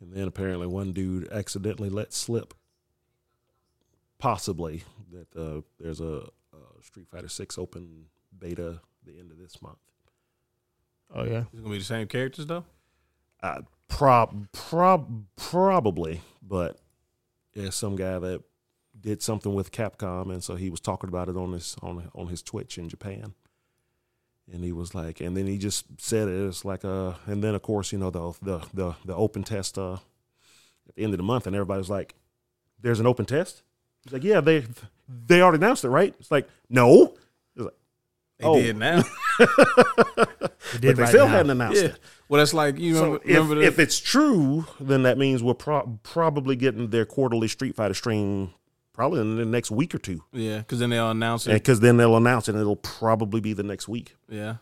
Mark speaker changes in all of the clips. Speaker 1: And then apparently one dude accidentally let slip, possibly, that uh, there's a, a Street Fighter 6 open beta the end of this month.
Speaker 2: Oh yeah.
Speaker 3: It's gonna be the same characters though.
Speaker 1: Uh, prob, prob, probably, but there's some guy that did something with Capcom, and so he was talking about it on his on on his Twitch in Japan. And he was like, and then he just said it. It's like uh, and then of course you know the the the the open test uh, at the end of the month, and everybody's like, "There's an open test." He's like, "Yeah, they they already announced it, right?" It's like, "No,
Speaker 3: They
Speaker 1: Oh.
Speaker 3: did now.
Speaker 2: It
Speaker 1: but
Speaker 2: did
Speaker 1: they
Speaker 2: right
Speaker 1: still
Speaker 2: now.
Speaker 1: hadn't announced
Speaker 3: yeah.
Speaker 1: it."
Speaker 3: Well, that's like you
Speaker 1: So
Speaker 3: remember,
Speaker 1: if,
Speaker 3: remember the,
Speaker 1: if it's true, then that means we're pro- probably getting their quarterly Street Fighter stream probably in the next week or two.
Speaker 3: yeah, because then they'll announce it.
Speaker 1: Because then they'll announce it and it'll probably be the next week.
Speaker 3: Yeah.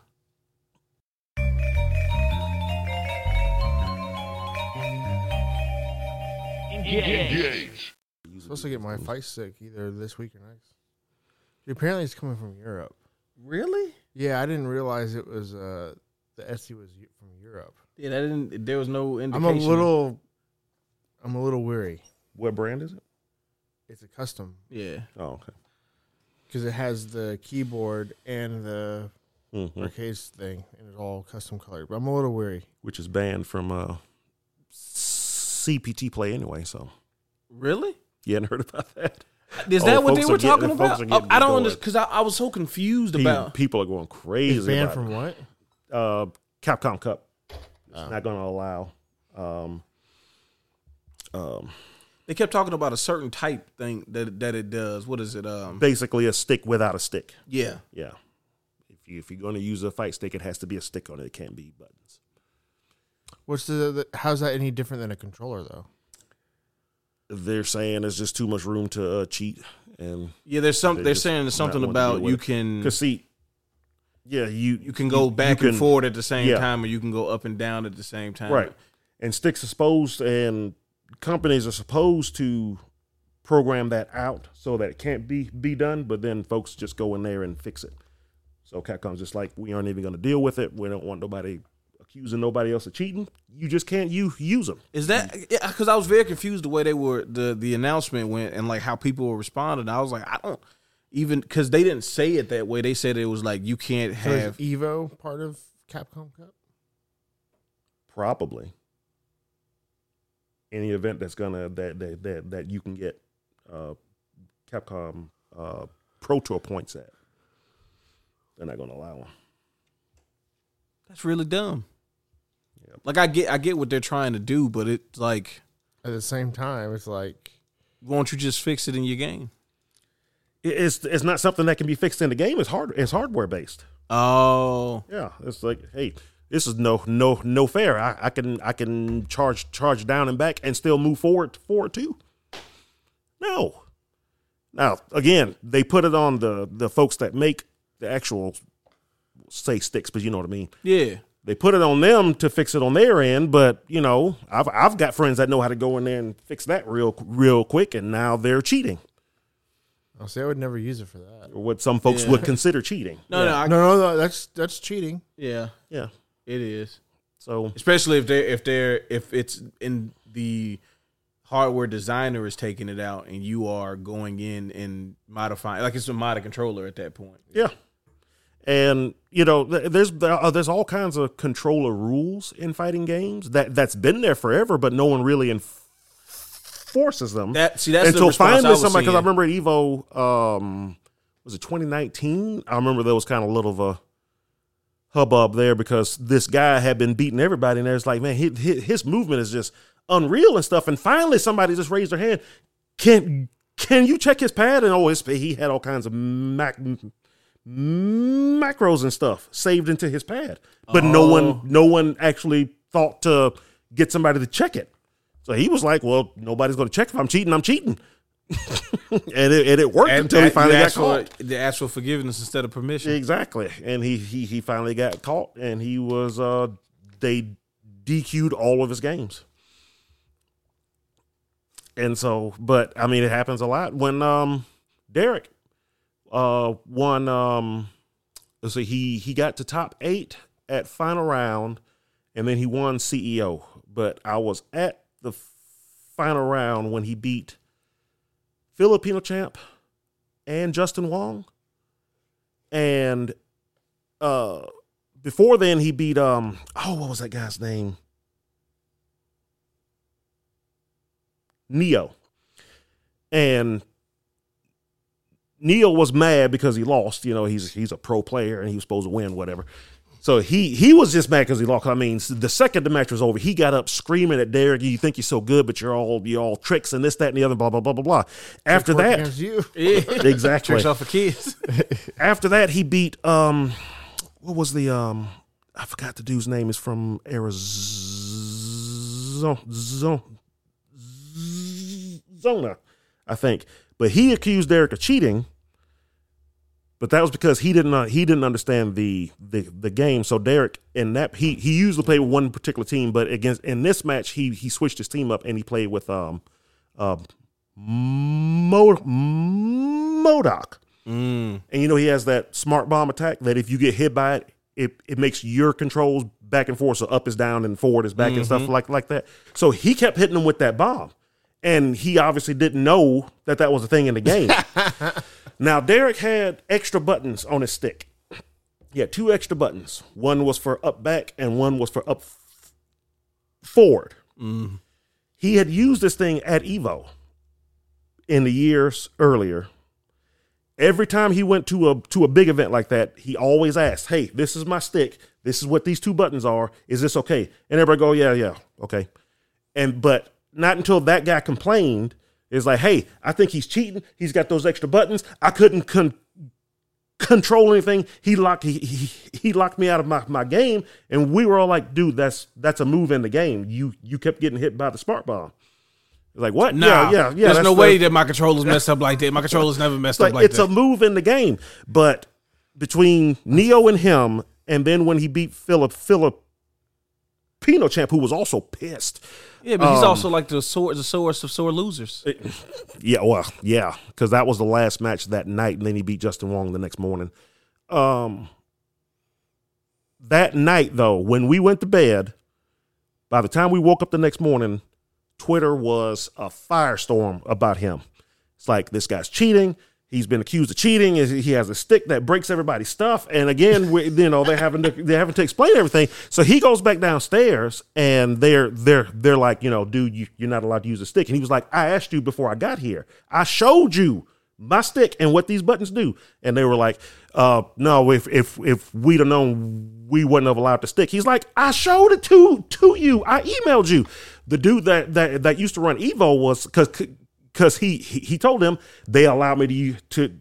Speaker 4: supposed to get my fight stick either this week or next. Apparently, it's coming from Europe.
Speaker 3: Really?
Speaker 4: Yeah, I didn't realize it was uh the Etsy was Eu- from Europe.
Speaker 3: Yeah, that didn't. There was no
Speaker 4: I'm
Speaker 3: indication.
Speaker 4: a little, I'm a little weary.
Speaker 1: What brand is it?
Speaker 4: It's a custom
Speaker 3: Yeah.
Speaker 1: Oh, okay.
Speaker 4: because it has the keyboard and the
Speaker 1: Mhm.
Speaker 4: arcade thing, and it's all custom colored. But I'm a little weary.
Speaker 1: Which is banned from uh, CPT play anyway. So
Speaker 3: Really?
Speaker 1: you hadn't heard about that.
Speaker 3: Is
Speaker 1: Oh,
Speaker 3: that what they
Speaker 1: folks
Speaker 3: were
Speaker 1: are getting-
Speaker 3: talking
Speaker 1: folks
Speaker 3: about?
Speaker 1: are
Speaker 3: I-
Speaker 1: getting
Speaker 3: I don't
Speaker 1: going.
Speaker 3: understand because I, I was so confused
Speaker 1: Pe-
Speaker 3: about.
Speaker 1: people are going
Speaker 4: It's
Speaker 1: crazy.
Speaker 4: banned
Speaker 1: about
Speaker 4: from what?
Speaker 1: it. uh, Capcom Cup. It's not going to allow. Um, um,
Speaker 3: They kept talking about a certain type thing that that it does. What is it? Um.
Speaker 1: basically, a stick without a stick.
Speaker 3: yeah.
Speaker 1: Yeah. If you if you're going to use a fight stick, it has to be a stick on it. It can't be buttons.
Speaker 4: What's the, the? How's that any different than a controller though?
Speaker 1: They're saying there's just too much room to uh, cheat and
Speaker 3: Yeah. There's some.
Speaker 1: They
Speaker 3: They're,
Speaker 1: just
Speaker 3: saying there's
Speaker 1: not
Speaker 3: something
Speaker 1: wanting to deal
Speaker 3: about
Speaker 1: with
Speaker 3: you
Speaker 1: it.
Speaker 3: can
Speaker 1: because see, yeah, you
Speaker 3: you can go back
Speaker 1: can-
Speaker 3: and forward at the same
Speaker 1: yeah.
Speaker 3: time, or you can go up and down at the same time.
Speaker 1: right, and sticks are supposed and companies are supposed to program that out so that it can't be be done. But then folks just go in there and fix it. So Capcom's just like we aren't even going to deal with it. We don't want nobody accusing nobody else of cheating. You just can't you use them.
Speaker 3: Is that because I was very confused the way they were the the announcement went and like how people were responding. I was like, I don't even because they didn't say it that way. They said it was like you can't
Speaker 4: So is
Speaker 3: have.
Speaker 4: Evo part of Capcom Cup?
Speaker 1: probably any event that's gonna that that that, that you can get uh, Capcom uh, Pro Tour points at. They're not gonna allow them.
Speaker 3: That's really dumb.
Speaker 1: Yep.
Speaker 3: Like I get I get what they're trying to do, but it's like,
Speaker 4: At the same time, it's like
Speaker 3: won't you just fix it in your game?
Speaker 1: It's it's not something that can be fixed in the game. It's hard. It's hardware based.
Speaker 3: Oh,
Speaker 1: Yeah, it's like hey. This is no no no fair. I, I can I can charge charge down and back and still move forward forward too. No. Now again, they put it on the the folks that make the actual say sticks, but you know what I mean.
Speaker 3: yeah.
Speaker 1: they put it on them to fix it on their end, but you know, I've I've got friends that know how to go in there and fix that real real quick, and now they're cheating,
Speaker 4: I'll say I would never use it for that.
Speaker 1: or what some folks
Speaker 3: Yeah.
Speaker 1: would consider cheating.
Speaker 3: No, no, I,
Speaker 4: No, no, no, that's that's cheating.
Speaker 3: yeah,
Speaker 1: Yeah,
Speaker 3: it is.
Speaker 1: so
Speaker 3: especially if they are if they're if it's in the hardware designer is taking it out and you are going in and modifying like it's a mod controller at that point
Speaker 1: yeah, and you know, th- there's there are- there's all kinds of controller rules in fighting games that that's been there forever, but no one really enforces them.
Speaker 3: that see that's the
Speaker 1: until
Speaker 3: response
Speaker 1: finally
Speaker 3: I was
Speaker 1: somebody because I
Speaker 3: seeing.
Speaker 1: remember at Evo, um, was it 2019? I remember there was kind of a little of a hubbub there because this guy had been beating everybody, and there's like, man, his, his movement is just unreal and stuff. And finally, somebody just raised their hand. Can can you check his pad? And oh, it's, he had all kinds of mac, macros and stuff saved into his pad, but no
Speaker 3: Oh.
Speaker 1: one no one actually thought to get somebody to check it. So he was like, "Well, nobody's going to check if I'm cheating. I'm cheating," and it and it worked
Speaker 3: And-
Speaker 1: until he
Speaker 3: and
Speaker 1: finally
Speaker 3: you
Speaker 1: got
Speaker 3: ask for-
Speaker 1: caught.
Speaker 3: they asked for forgiveness instead of permission
Speaker 1: Exactly, and he he he finally got caught, and he was uh they DQ'd all of his games. And so, but I mean, it happens a lot when um Derek uh won um let's see he he got to top eight at final round, and then he won CEO. E But I was at the final round when he beat Filipino champ and Justin Wong. And uh before then he beat um oh what was that guy's name? Neo. And Neil was mad because he lost. You know, he's he's a pro player and he was supposed to win, whatever. So he he was just mad because he lost. I mean, the second the match was over, he got up screaming at Derek, "You think you're so good, but you're all you all tricks and this, that, and the other, blah blah blah blah blah." After
Speaker 4: Work
Speaker 1: that,
Speaker 4: against you.
Speaker 1: exactly.
Speaker 3: Tricks off the kids.
Speaker 1: After that, he beat um, what was the um, I forgot the dude's name is from Arizona, Zona, I think. But he accused Derek of cheating. But that was because he didn't uh, he didn't understand the the, the game. So Derek in that he he usually played with one particular team, but against in this match he he switched his team up and he played with um um Mo, Modoc.
Speaker 3: Mm.
Speaker 1: And you know he has that smart bomb attack that if you get hit by it, it, it makes your controls back and forth. So up is down and forward is back and stuff like like that. So he kept hitting him with that bomb. And he obviously didn't know that that was a thing in the game. now Derek had extra buttons on his stick. He had two extra buttons. One was for up back and one was for up f- forward. He had used this thing at Evo in the years earlier every time he went to a to a big event like that, he always asked, "Hey, this is my stick. This is what these two buttons are. Is this okay?" And everybody go, "Yeah, yeah, okay." And but not until that guy complained is like, "Hey, I think he's cheating. He's got those extra buttons. I couldn't con- control anything. He locked he, he he locked me out of my my game." And we were all like, "Dude, that's that's a move in the game. You you kept getting hit by the smart bomb." Like what?
Speaker 3: Nah,
Speaker 1: yeah, yeah, yeah.
Speaker 3: There's no
Speaker 1: that's the-
Speaker 3: way that my controllers messed up like that. My controllers never messed
Speaker 1: like,
Speaker 3: up like
Speaker 1: it's
Speaker 3: that.
Speaker 1: a move in the game. But between Neo and him, and then when he beat Philip Filipino champ, who was also pissed.
Speaker 3: yeah, but
Speaker 1: um,
Speaker 3: he's also like the source, the source of sore losers.
Speaker 1: Yeah, well, yeah, because that was the last match that night, and then he beat Justin Wong the next morning. Um, that night though, when we went to bed, by the time we woke up the next morning, Twitter was a firestorm about him. It's like this guy's cheating. He's been accused of cheating. He has a stick that breaks everybody's stuff. And again, we, you know, they're having to they're having to explain everything. So he goes back downstairs, and they're they're they're like, you know, dude, you, you're not allowed to use a stick. And he was like, I asked you before I got here. I showed you my stick and what these buttons do. And they were like, uh, no, if if if we'd have known, we wouldn't have allowed the stick. He's like, I showed it to to you. I emailed you. The dude that that that used to run Evo was because because he, he he told them they allowed me to u- to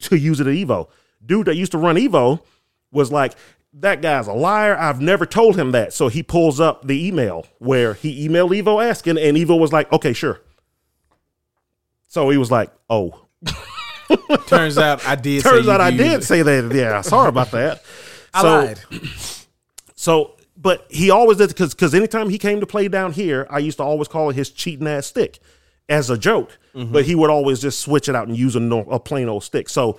Speaker 1: to use it at Evo. Dude that used to run Evo was like, that guy's a liar. I've never told him that. So he pulls up the email where he emailed Evo asking, and Evo was like, okay, sure. So he was like, oh,
Speaker 3: Turns out I did. say
Speaker 1: turns
Speaker 3: you
Speaker 1: out I
Speaker 3: could use
Speaker 1: did
Speaker 3: it.
Speaker 1: say that. Yeah, sorry about that.
Speaker 3: I
Speaker 1: so,
Speaker 3: lied.
Speaker 1: So, but he always did because because anytime he came to play down here, I used to always call it his cheating ass stick as a joke.
Speaker 3: Mm-hmm.
Speaker 1: But he would always just switch it out and use a, nor- a plain old stick. So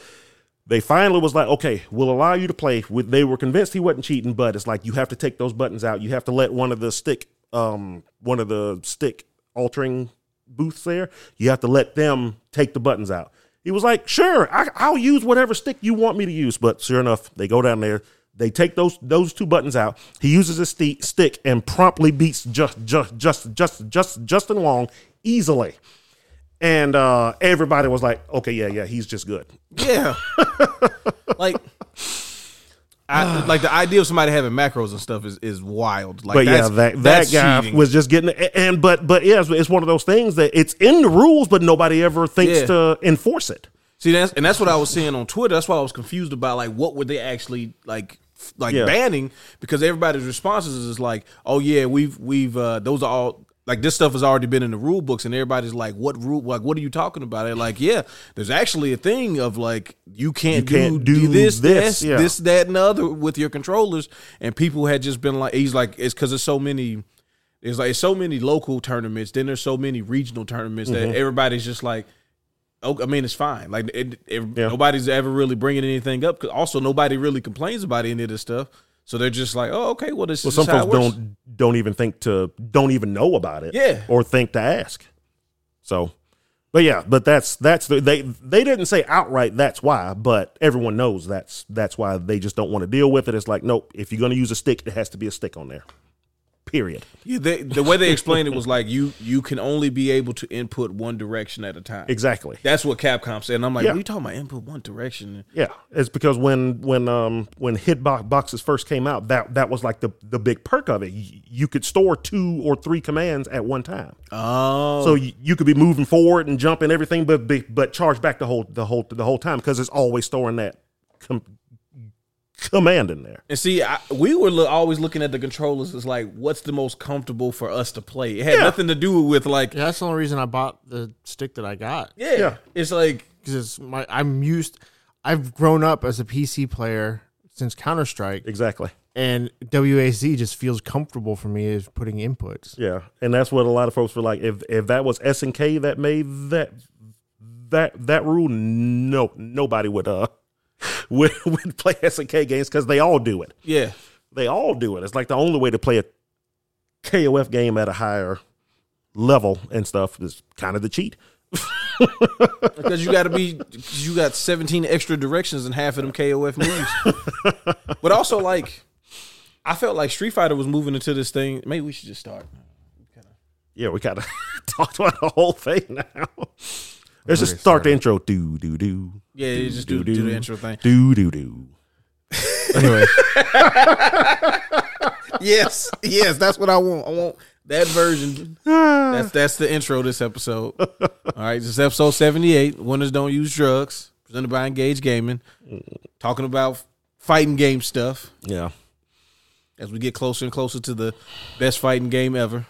Speaker 1: they finally was like, okay, we'll allow you to play. With they were convinced he wasn't cheating, but it's like you have to take those buttons out. You have to let one of the stick, um, one of the stick altering booths there. You have to let them take the buttons out. He was like, sure, I, I'll use whatever stick you want me to use. But sure enough, they go down there. They take those those two buttons out. He uses his sti- stick and promptly beats just just just just just Justin Wong easily. And uh, everybody was like, okay, yeah, yeah, he's just good.
Speaker 3: Yeah. like I like the idea of somebody having macros and stuff is, is wild. Like
Speaker 1: but yeah,
Speaker 3: that's-
Speaker 1: that that
Speaker 3: that's
Speaker 1: guy
Speaker 3: cheating.
Speaker 1: was just getting a- and but but yeah, it's, it's one of those things that it's in the rules, but nobody ever thinks
Speaker 3: Yeah.
Speaker 1: to enforce it.
Speaker 3: See that's and that's what I was seeing on Twitter. That's why I was confused about like what were they actually like f- like
Speaker 1: Yeah.
Speaker 3: banning because everybody's responses is like, "Oh yeah, we've we've uh those are all like this stuff has already been in the rule books and everybody's like, "What rule like what are you talking about?" They're like, "Yeah, there's actually a thing of like you can't,
Speaker 1: You can't
Speaker 3: do,
Speaker 1: do
Speaker 3: this
Speaker 1: this,
Speaker 3: this
Speaker 1: yeah.
Speaker 3: this that and the other with your controllers." And people had just been like he's like it's cuz there's so many it's like so many local tournaments, then there's so many regional tournaments that
Speaker 1: Mm-hmm.
Speaker 3: everybody's just like okay, I mean, it's fine. Like it, it,
Speaker 1: Yeah.
Speaker 3: nobody's ever really bringing anything up. 'cause also, nobody really complains about any of this stuff. So they're just like, oh, okay, well, this
Speaker 1: Well,
Speaker 3: is
Speaker 1: some
Speaker 3: how
Speaker 1: folks
Speaker 3: it works.
Speaker 1: don't don't even think to don't even know about it.
Speaker 3: Yeah.
Speaker 1: Or think to ask. So, but yeah, but that's that's the, they they didn't say outright that's why, but everyone knows that's that's why they just don't want to deal with it. It's like, nope, if you're going to use a stick, it has to be a stick on there. Period.
Speaker 3: Yeah, they, the way they explained it was like you you can only be able to input one direction at a time.
Speaker 1: Exactly.
Speaker 3: That's what Capcom said. And I'm like,
Speaker 1: Yeah.
Speaker 3: what are you talking about? Input one direction.
Speaker 1: Yeah, it's because when when um when hitbox boxes first came out, that that was like the the big perk of it. Y- You could store two or three commands at one time,
Speaker 3: Oh,
Speaker 1: so you, you could be moving forward and jumping everything, but be- but charge back the whole the whole the whole time because it's always storing that com- command in there.
Speaker 3: And see, I, we were lo- always looking at the controllers as like, what's the most comfortable for us to play? It had
Speaker 1: Yeah.
Speaker 3: nothing to do with like, yeah,
Speaker 4: Yeah, that's the only reason I bought the stick that I got
Speaker 1: Yeah.
Speaker 3: it's like,
Speaker 4: because it's my. I'm used. I've grown up as a PC player since Counter Strike,
Speaker 1: Exactly.
Speaker 4: and WAC just feels comfortable for me as putting inputs.
Speaker 1: Yeah, and that's what a lot of folks were like. If if that was S and K that made that that that rule, no nobody would uh would, would play S and K games because they all do it.
Speaker 3: yeah,
Speaker 1: they all do it. It's like the only way to play a KOF game at a higher level and stuff is kind of the cheat.
Speaker 3: because you got to be, 'cause you got 17 extra directions in half of them KOF moves. but also like, I felt like Street Fighter was moving into this thing. Maybe we should just start.
Speaker 1: Yeah, we kind of talked about the whole thing now. Let's just start the intro. Do do do.
Speaker 3: Yeah, you just do, do the intro thing.
Speaker 1: Do do do.
Speaker 4: Anyway,
Speaker 3: yes, yes, that's what I want. I want that version. that's that's the intro this episode. All right, this is episode seventy eight. Winners don't use drugs. Presented by Engage Gaming. Talking about fighting game stuff
Speaker 1: Yeah,
Speaker 3: as we get closer and closer to the best fighting game ever,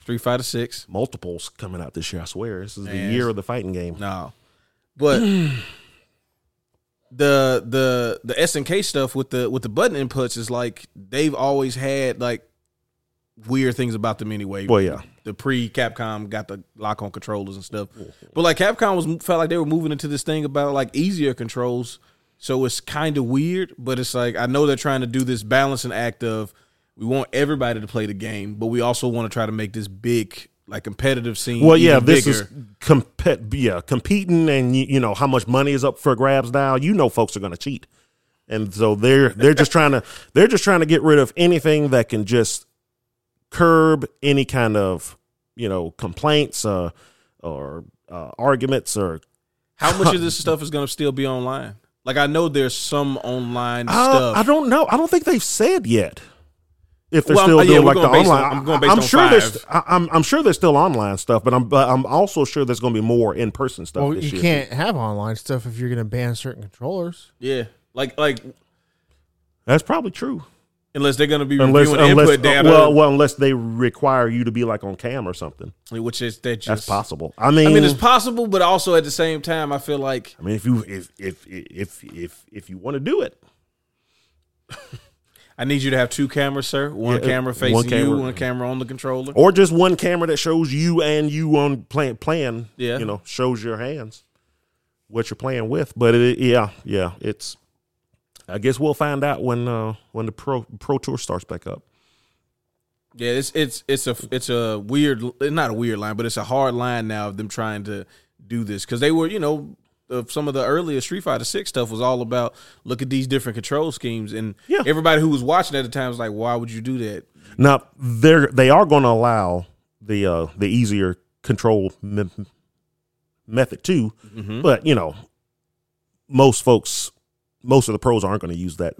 Speaker 3: Street Fighter Six.
Speaker 1: multiples coming out this year. I swear, this is the
Speaker 3: Man.
Speaker 1: year of the fighting game.
Speaker 3: No, but the the the S and K stuff with the with the button inputs is like they've always had like weird things about them anyway.
Speaker 1: Well, yeah,
Speaker 3: the pre Capcom got the lock on controllers and stuff. But like Capcom was felt like they were moving into this thing about like easier controls. So it's kind of weird, but it's like I know they're trying to do this balancing act of we want everybody to play the game, but we also want to try to make this big like competitive scene.
Speaker 1: well, yeah.
Speaker 3: even
Speaker 1: This
Speaker 3: bigger.
Speaker 1: is compet. Yeah, competing, and you, you know how much money is up for grabs now. You know, folks are going to cheat, and so they're they're just trying to they're just trying to get rid of anything that can just curb any kind of you know complaints uh, or uh, arguments or
Speaker 3: how much of this stuff is going to still be online. Like I know there's some online
Speaker 1: Uh,
Speaker 3: stuff.
Speaker 1: I don't know. I don't think they've said yet if they're
Speaker 3: Well,
Speaker 1: still
Speaker 3: I'm- uh, yeah,
Speaker 1: doing like
Speaker 3: we're
Speaker 1: the
Speaker 3: going based
Speaker 1: online.
Speaker 3: on- I'm going based on
Speaker 1: sure there's.
Speaker 3: five.
Speaker 1: I- I'm I'm sure there's still online stuff, but I'm but I'm also sure there's going to be more in person stuff.
Speaker 4: well,
Speaker 1: this
Speaker 4: you
Speaker 1: year.
Speaker 4: can't have online stuff if you're going to ban certain controllers.
Speaker 3: yeah, like like
Speaker 1: That's probably true.
Speaker 3: unless they're going to be
Speaker 1: Unless
Speaker 3: reviewing
Speaker 1: unless uh,
Speaker 3: input data,
Speaker 1: well well unless they require you to be like on cam or something.
Speaker 3: which is that just
Speaker 1: That's possible. Mm. I mean,
Speaker 3: I mean, it's possible, but also at the same time, I feel like
Speaker 1: if you if if if if if you want to do it,
Speaker 3: I need you to have two cameras, sir. One
Speaker 1: Yeah, uh,
Speaker 3: camera
Speaker 1: one
Speaker 3: facing you,
Speaker 1: camera.
Speaker 3: one camera on the controller.
Speaker 1: or just one camera that shows you and you on plan plan,
Speaker 3: Yeah.
Speaker 1: you know, shows your hands what you're playing with. But it, yeah, yeah, it's. I guess we'll find out when uh when the pro pro tour starts back up.
Speaker 3: Yeah, it's it's it's a it's a weird, not a weird line, but it's a hard line now of them trying to do this because they were, you know, of some of the earlier Street Fighter Six stuff was all about look at these different control schemes, and
Speaker 1: Yeah.
Speaker 3: everybody who was watching at the time was like, why would you do that?
Speaker 1: Now they're they are going to allow the uh the easier control me- method too, but you know most folks most of the pros aren't going to use that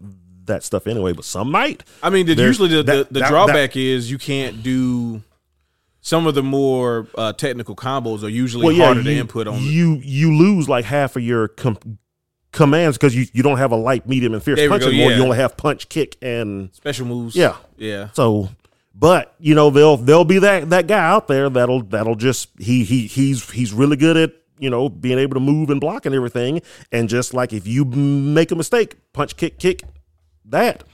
Speaker 1: that stuff anyway. But some might.
Speaker 3: I mean, the,
Speaker 1: There's-
Speaker 3: usually the,
Speaker 1: that-
Speaker 3: the, the
Speaker 1: that-
Speaker 3: drawback is you can't do some of the more uh, technical combos are usually harder to input on.
Speaker 1: you you lose like half of your com- commands because you, you don't have a light, medium, and fierce
Speaker 3: There we
Speaker 1: punch
Speaker 3: go,
Speaker 1: anymore.
Speaker 3: yeah.
Speaker 1: You only have punch, kick, and
Speaker 3: special moves.
Speaker 1: Yeah.
Speaker 3: yeah.
Speaker 1: so. But you know they'll they'll be that that guy out there that'll that'll just he he he's he's really good at you know being able to move and block and everything and just like if you make a mistake punch kick kick that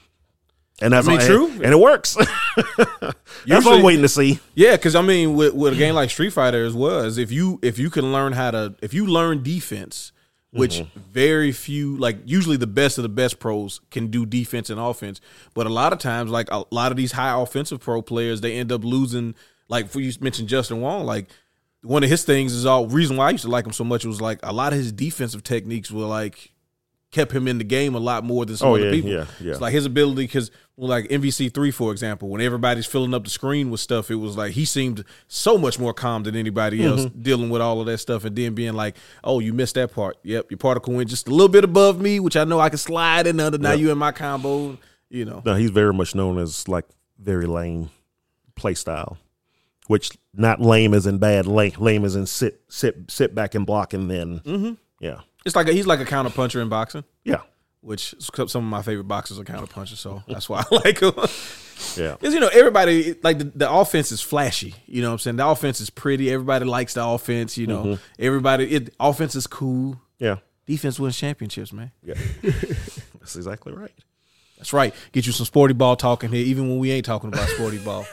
Speaker 1: and that's
Speaker 3: I mean,
Speaker 1: all-
Speaker 3: true.
Speaker 1: and, and it works that's what
Speaker 3: Usually-
Speaker 1: I'm waiting to see
Speaker 3: Yeah, because I mean, with, with a game like Street Fighter as well, is if you if you can learn how to if you learn defense, which very few, like usually the best of the best pros can do defense and offense. But a lot of times, like a lot of these high offensive pro players, they end up losing. Like for you mentioned Justin Wong, like one of his things is all reason why I used to like him so much was like a lot of his defensive techniques were like kept him in the game a lot more than some
Speaker 1: Oh,
Speaker 3: other
Speaker 1: yeah,
Speaker 3: people.
Speaker 1: yeah, yeah.
Speaker 3: It's like his ability because like MVC three for example, when everybody's filling up the screen with stuff, it was like he seemed so much more calm than anybody
Speaker 1: Mm-hmm.
Speaker 3: else dealing with all of that stuff, and then being like, "Oh, you missed that part. Yep, your particle went just a little bit above me, which I know I can slide in under. Now you in my combo. You know,
Speaker 1: No, he's very much known as like very lame play style, which not lame as in bad, lame, lame as in sit sit sit back and block and then yeah
Speaker 3: it's like a, he's like a counter puncher in boxing,
Speaker 1: yeah
Speaker 3: which some of my favorite boxers are counter punchers, so that's why I like him.
Speaker 1: yeah
Speaker 3: Because you know everybody like the, the offense is flashy. You know what I'm saying? The offense is pretty. Everybody likes the offense. You know,
Speaker 1: Mm-hmm.
Speaker 3: everybody it offense is cool.
Speaker 1: yeah
Speaker 3: Defense wins championships, man.
Speaker 1: yeah. That's exactly right.
Speaker 3: That's right. Get you some sporty ball talking here, even when we ain't talking about sporty ball.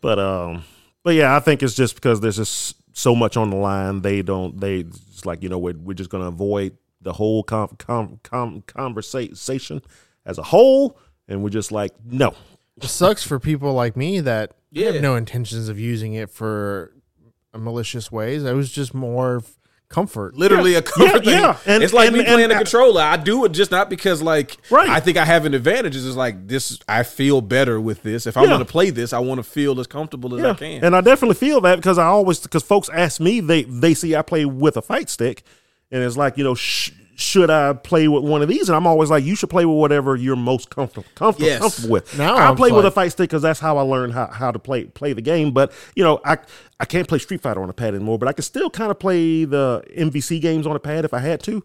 Speaker 1: But um, but yeah, I think it's just because there's just so much on the line. They don't. They it's like you know we're we're just gonna avoid the whole com, com, com, conversation as a whole, and we're just like no.
Speaker 4: It sucks for people like me that
Speaker 3: Yeah.
Speaker 4: have no intentions of using it for malicious ways. I was just more of comfort.
Speaker 3: Literally a cover
Speaker 1: Yeah,
Speaker 3: thing.
Speaker 1: yeah. And-
Speaker 3: it's like
Speaker 1: and-
Speaker 3: me playing
Speaker 1: and-
Speaker 3: the controller. I do it just not because like
Speaker 1: Right.
Speaker 3: I think I have an advantage. It's just like this. I feel better with this. If I'm
Speaker 1: Yeah.
Speaker 3: going to play this, I want to feel as comfortable as I can.
Speaker 1: And I definitely feel that because I always because folks ask me they they see I play with a fight stick, and it's like you know sh- should I play with one of these? And I'm always like you should play with whatever you're most comfortable comfortable,
Speaker 3: Yes.
Speaker 1: comfortable with.
Speaker 4: Now
Speaker 1: I
Speaker 4: I'm
Speaker 1: play with a
Speaker 4: like-
Speaker 1: fight stick because that's how I learned how, how to play play the game. But you know I I can't play Street Fighter on a pad anymore, but I can still kind of play the MVC games on a pad if I had to.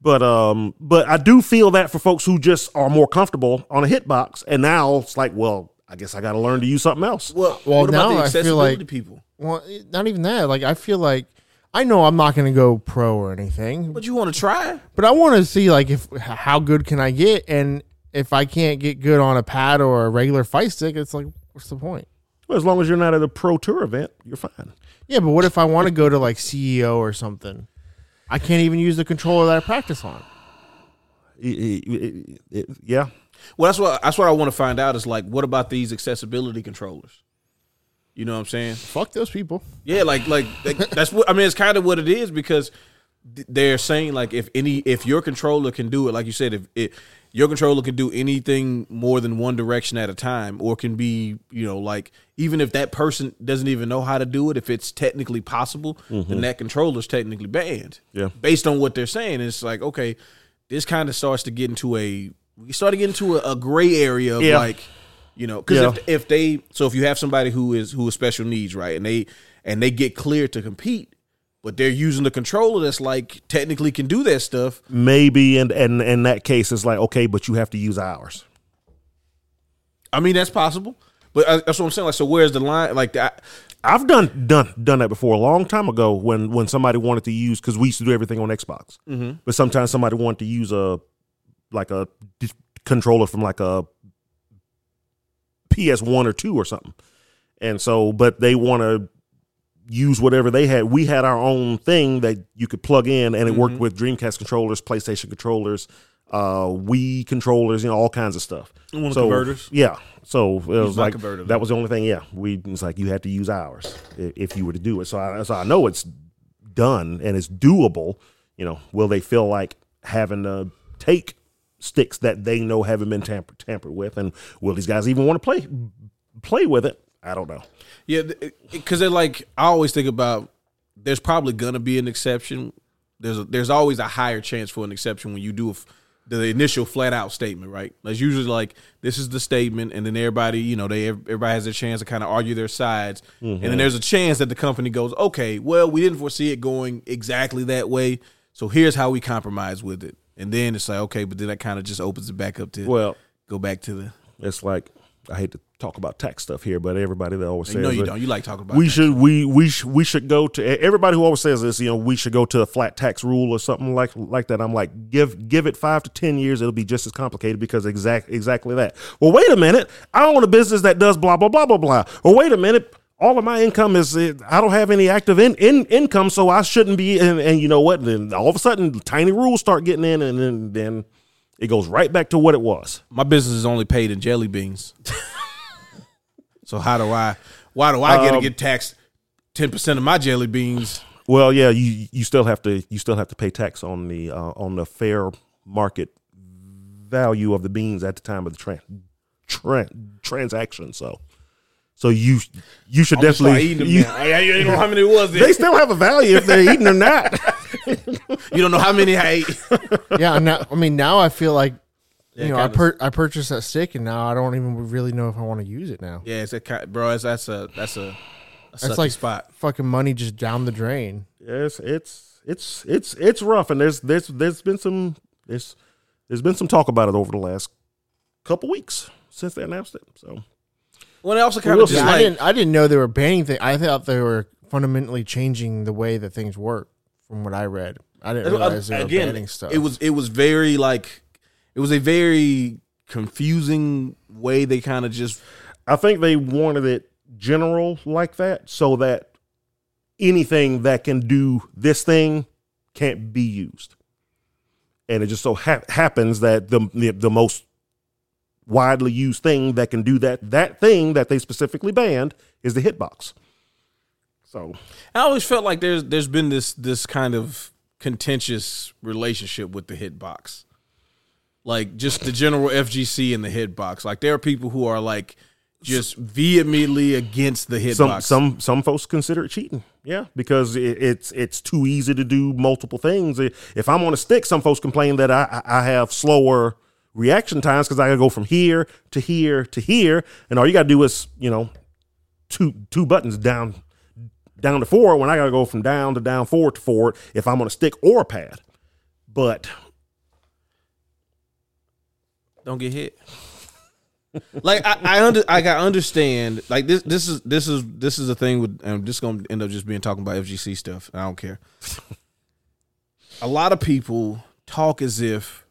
Speaker 1: But um, but I do feel that for folks who just are more comfortable on a hitbox, and now it's like, well, I guess I got to learn to use something else.
Speaker 3: well,
Speaker 4: Uh, Well,
Speaker 3: what about
Speaker 4: now
Speaker 3: the
Speaker 4: I feel
Speaker 3: accessibility
Speaker 4: like-
Speaker 3: people?
Speaker 4: Well, it- not even that. Like I feel like I know I'm not going to go pro or anything,
Speaker 3: But you want to try?
Speaker 4: but I want to see like if h- how good can I get, and if I can't get good on a pad or a regular fight stick, it's like what's the point?
Speaker 1: Well, as long as you're not at a pro tour event, you're fine.
Speaker 4: Yeah, but what if I want to go to like CEO or something? I can't even use the controller that I practice on.
Speaker 1: I- I- I- I- yeah,
Speaker 3: Well, that's what that's what I want to find out. Is like, what about these accessibility controllers? You know what I'm saying?
Speaker 4: Fuck those people.
Speaker 3: Yeah, like like like, that's what I mean. It's kind of what it is because th- they're saying like if any if your controller can do it, like you said, if it, your controller can do anything more than one direction at a time, or can be you know like even if that person doesn't even know how to do it, if it's technically possible, then that controller's technically banned.
Speaker 1: Mm-hmm. Yeah.
Speaker 3: based on what they're saying, it's like okay, this kind of starts to get into a we start to get into a, a gray area of
Speaker 1: Yeah.
Speaker 3: like you know because
Speaker 1: Yeah.
Speaker 3: if, if they so if you have somebody who is who is special needs right and they and they get cleared to compete but they're using the controller that's like technically can do that stuff
Speaker 1: maybe. And and in that case, it's like okay, but you have to use ours.
Speaker 3: i mean that's possible but I, that's what i'm saying like so where's the line like that
Speaker 1: I've done done done that before a long time ago when when somebody wanted to use because we used to do everything on Xbox, but sometimes somebody wanted to use a like a d- controller from like a PS one or two or something, and so but they want to use whatever they had. We had our own thing that you could plug in, and it worked with Dreamcast controllers, PlayStation controllers, uh, Wii controllers, you know, all kinds of stuff.
Speaker 3: of the converters?
Speaker 1: yeah. So it was
Speaker 3: my
Speaker 1: like
Speaker 3: converter,
Speaker 1: that was the only thing. Yeah, we it's like you had to use ours i- if you were to do it. So I, so I know it's done and it's doable. You know, will they feel like having to take sticks that they know haven't been tampered tampered with, and will these guys even want to play play with it? I don't know.
Speaker 3: yeah because they're like i always think about there's probably gonna be an exception there's a, there's always a higher chance for an exception when you do a f the initial flat out statement, right? That's usually like this is the statement, and then everybody, you know, they everybody has a chance to kind of argue their sides, and
Speaker 1: Mm-hmm.
Speaker 3: then there's a chance that the company goes, okay, well, we didn't foresee it going exactly that way, so here's how we compromise with it, and then it's like okay, but then that kind of just opens it back up to
Speaker 1: Well,
Speaker 3: go back to the
Speaker 1: it's like I hate to talk about tax stuff here, but everybody that always says
Speaker 3: no, you
Speaker 1: that-
Speaker 3: don't, you like talking about
Speaker 1: we
Speaker 3: that.
Speaker 1: should we we sh- we should go to e, everybody who always says this. You know, we should go to a flat tax rule or something like like that. I'm like, give give it five to ten years, it'll be just as complicated because exact exactly that. Well, wait a minute, I own a business that does blah blah blah blah blah. Well, wait a minute. all of my income is it, I don't have any active in, in income, so I shouldn't be. And, and you know what? Then all of a sudden, tiny rules start getting in, and then then it goes right back to what it was.
Speaker 3: My business is only paid in jelly beans. so how do I? Why do I get to
Speaker 1: Um,
Speaker 3: get taxed ten percent of my jelly beans?
Speaker 1: Well, yeah, you you still have to you still have to pay tax on the uh, on the fair market value of the beans at the time of the tran tran transaction. So, so you you should
Speaker 3: I'm just start
Speaker 1: definitely
Speaker 3: eating them
Speaker 1: you,
Speaker 3: now. I, I- you don't know how many it was.
Speaker 1: they
Speaker 3: Then.
Speaker 1: still have a value if they're eating or not.
Speaker 3: You don't know how many I ate.
Speaker 4: yeah, I'm not, I mean, now I feel like
Speaker 3: Yeah,
Speaker 4: you know I
Speaker 3: kinda.
Speaker 4: per- I purchased that stick, and now I don't even really know if I want to use it now.
Speaker 3: Yeah, it's a ki- bro. It's, that's a that's a, a
Speaker 4: That's
Speaker 3: sucky
Speaker 4: like
Speaker 3: spot.
Speaker 4: fucking money just down the drain.
Speaker 1: Yes, it's it's it's it's rough, and there's there's there's been some there's there's been some talk about it over the last couple weeks since they announced it. So
Speaker 3: Well, it also kind
Speaker 1: We'll
Speaker 3: of just
Speaker 1: see.
Speaker 4: I
Speaker 3: like
Speaker 4: didn't I didn't know they were banning things. I thought they were fundamentally changing the way that things work. From what I read, I didn't realize they were banning stuff.
Speaker 3: uh, It was it was very like it was a very confusing way they kind of just
Speaker 1: I think they wanted it general like that, so that anything that can do this thing can't be used. And it just so hap happens that the, the the most widely used thing that can do that that thing that they specifically banned is the hitbox. So
Speaker 3: I always felt like there's there's been this this kind of contentious relationship with the hitbox. Like just the general FGC and the hitbox. Like there are people who are like just vehemently against the
Speaker 1: some
Speaker 3: hitbox.
Speaker 1: some some folks consider it cheating. Yeah, because it, it's it's too easy to do multiple things. I- If I'm on a stick, some folks complain that I I I have slower reaction times because I gotta go from here to here to here, and all you gotta do is you know two two buttons down down to forward when I gotta go from down to down forward to forward if I'm on a stick or a pad. But
Speaker 3: don't get hit. like I, I under like I understand like this this is this is this is the thing with I'm just gonna end up just being talking about FGC stuff. I don't care. A lot of people talk as if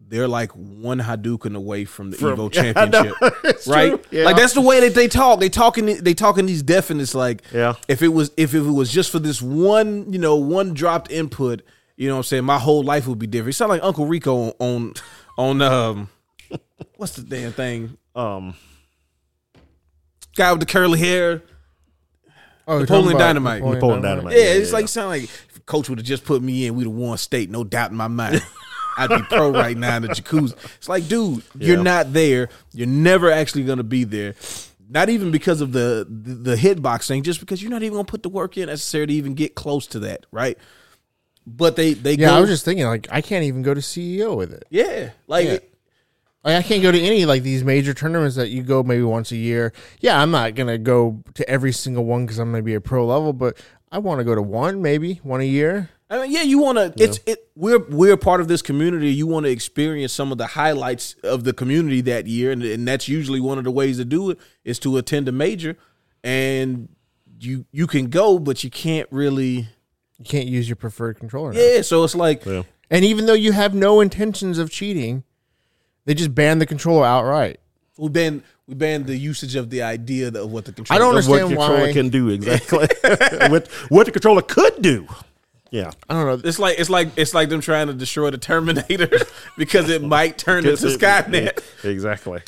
Speaker 3: they're like one Hadouken away from the
Speaker 1: From-
Speaker 3: Evo
Speaker 1: Yeah, I know.
Speaker 3: championship.
Speaker 1: It's
Speaker 3: right?
Speaker 1: true. Yeah.
Speaker 3: Like that's the way that they talk. They talking they talking these definites like
Speaker 1: Yeah.
Speaker 3: if it was if it was just for this one, you know, one dropped input, you know what I'm saying, my whole life would be different. It sound like Uncle Rico on on, on um what's the damn thing?
Speaker 1: um,
Speaker 3: Guy with the curly hair.
Speaker 4: oh, you're
Speaker 3: Napoleon
Speaker 4: talking about
Speaker 3: Dynamite.
Speaker 1: Napoleon Dynamite.
Speaker 3: Yeah, it's
Speaker 1: yeah,
Speaker 3: like sound like if coach would have just put me in, we'd have won state, no doubt in my mind. I'd be pro right now in the jacuzzi. It's like, dude, you're
Speaker 1: Yeah.
Speaker 3: not there. You're never actually gonna be there. Not even because of the the, the hitbox thing, just because you're not even gonna put the work in necessary to even get close to that, right? But they they
Speaker 4: Yeah,
Speaker 3: go,
Speaker 4: I was just thinking like I can't even go to CEO with it.
Speaker 3: yeah, like
Speaker 4: Yeah. Like I can't go to any like these major tournaments that you go maybe once a year. Yeah, I'm not gonna go to every single one because I'm gonna be a pro level, but I want to go to one maybe one a year.
Speaker 3: I mean, yeah, you want to. It's it. We're we're part of this community. You want to experience some of the highlights of the community that year, and, and that's usually one of the ways to do it is to attend a major, and you you can go, but you can't really.
Speaker 4: You can't use your preferred controller. now.
Speaker 3: Yeah, so it's like
Speaker 1: Yeah.
Speaker 4: And even though you have no intentions of cheating, they just ban the controller outright.
Speaker 3: we ban we ban the usage of the idea of what the
Speaker 4: I
Speaker 3: control.
Speaker 4: don't
Speaker 1: Of what
Speaker 4: understand
Speaker 1: controller
Speaker 4: why.
Speaker 1: can do exactly. what what the controller could do. Yeah.
Speaker 4: I don't know.
Speaker 3: It's like it's like it's like them trying to destroy the Terminator because it might turn into Skynet.
Speaker 1: Yeah, Exactly.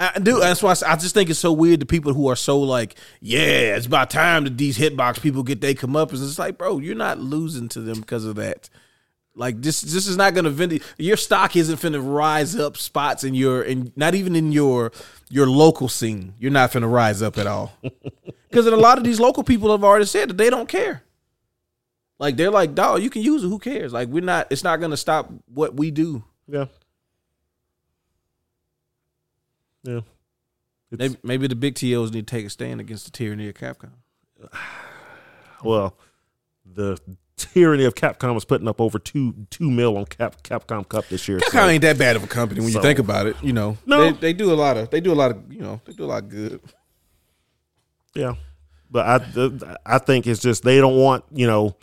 Speaker 3: I do. That's why I, s- I just think it's so weird to people who are so like, yeah, it's about time that these hitbox people get they come up. It's like, bro, you're not losing to them because of that. Like this, this is not gonna vend- your stock isn't finna rise up spots in your and not even in your your local scene. You're not finna rise up at all because a lot of these local people have already said that they don't care. Like they're like, dog, you can use it. Who cares? Like we're not. It's not gonna stop what we do.
Speaker 1: Yeah. Yeah. It's-
Speaker 3: Maybe, maybe the big TOs need to take a stand against the tyranny of Capcom.
Speaker 1: well, the tyranny of Capcom was putting up over two two mil on Cap Capcom Cup this year.
Speaker 3: Capcom ain't that bad of a company when
Speaker 1: So-
Speaker 3: you think about it. You know,
Speaker 1: No.
Speaker 3: they, they do a lot of they do a lot of you know they do a lot of good.
Speaker 1: Yeah, but I the- I think it's just they don't want you know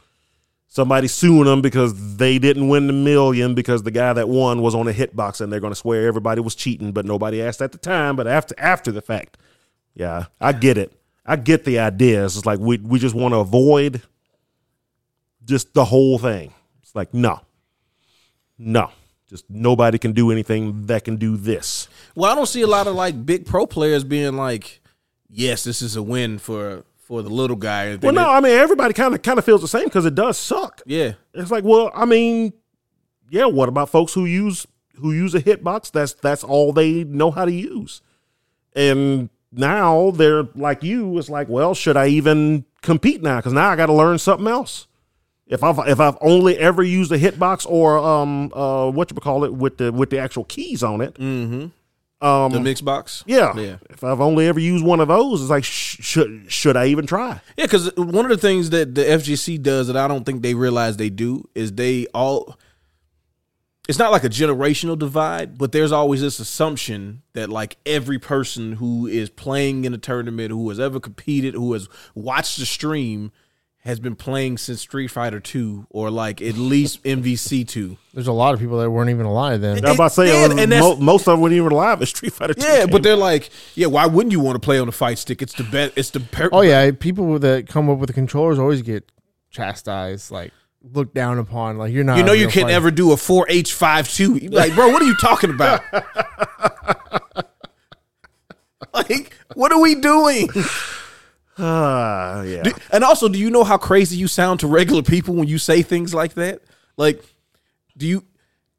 Speaker 1: somebody suing them because they didn't win the million because the guy that won was on a hitbox and they're going to swear everybody was cheating, but nobody asked at the time, but after after the fact, yeah, I get it. I I get the idea. It's just like we we just want to avoid just the whole thing. It's like no, no, just nobody can do anything that can do this.
Speaker 3: Well, I don't see a lot of like big pro players being like, "Yes, this is a win for for the little guy." And
Speaker 1: Well,
Speaker 3: then
Speaker 1: no, I mean everybody kind of kind of feels the same because it does suck.
Speaker 3: it- yeah,
Speaker 1: It's like, well, I mean, yeah. What about folks who use who use a hitbox? That's that's all they know how to use, and now they're like you. It's like, well, should I even compete now? Because now I got to learn something else. If I've if I've only ever used a hitbox or um uh what you call it with the with the actual keys on it,
Speaker 3: the mixed box.
Speaker 1: yeah.
Speaker 3: Mm, Um, Yeah.
Speaker 1: If I've only ever used one of those, it's like sh- should should I even try?
Speaker 3: Yeah, because one of the things that the FGC does that I don't think they realize they do is they all. It's not like a generational divide, but there's always this assumption that like every person who is playing in a tournament, who has ever competed, who has watched the stream, has been playing since Street Fighter Two or like at least MVC Two.
Speaker 4: There's a lot of people that weren't even alive then.
Speaker 1: I was about to say
Speaker 3: yeah,
Speaker 1: it was-
Speaker 3: and that's-
Speaker 1: mo- most of them weren't even alive at Street Fighter. 2
Speaker 3: Yeah,
Speaker 1: came
Speaker 3: but they're like, yeah. Why wouldn't you want to play on a fight stick? It's the best. It's the per-
Speaker 4: Oh yeah, people that come up with the controllers always get chastised, like looked down upon, like you're not.
Speaker 3: You know
Speaker 4: a
Speaker 3: you
Speaker 4: Um, real
Speaker 3: can
Speaker 4: fighter.
Speaker 3: never do a four H five two. Like, bro, what are you talking about? like, what are we doing?
Speaker 1: Ah, yeah.
Speaker 3: Do- and also, do you know how crazy you sound to regular people when you say things like that? Like, do you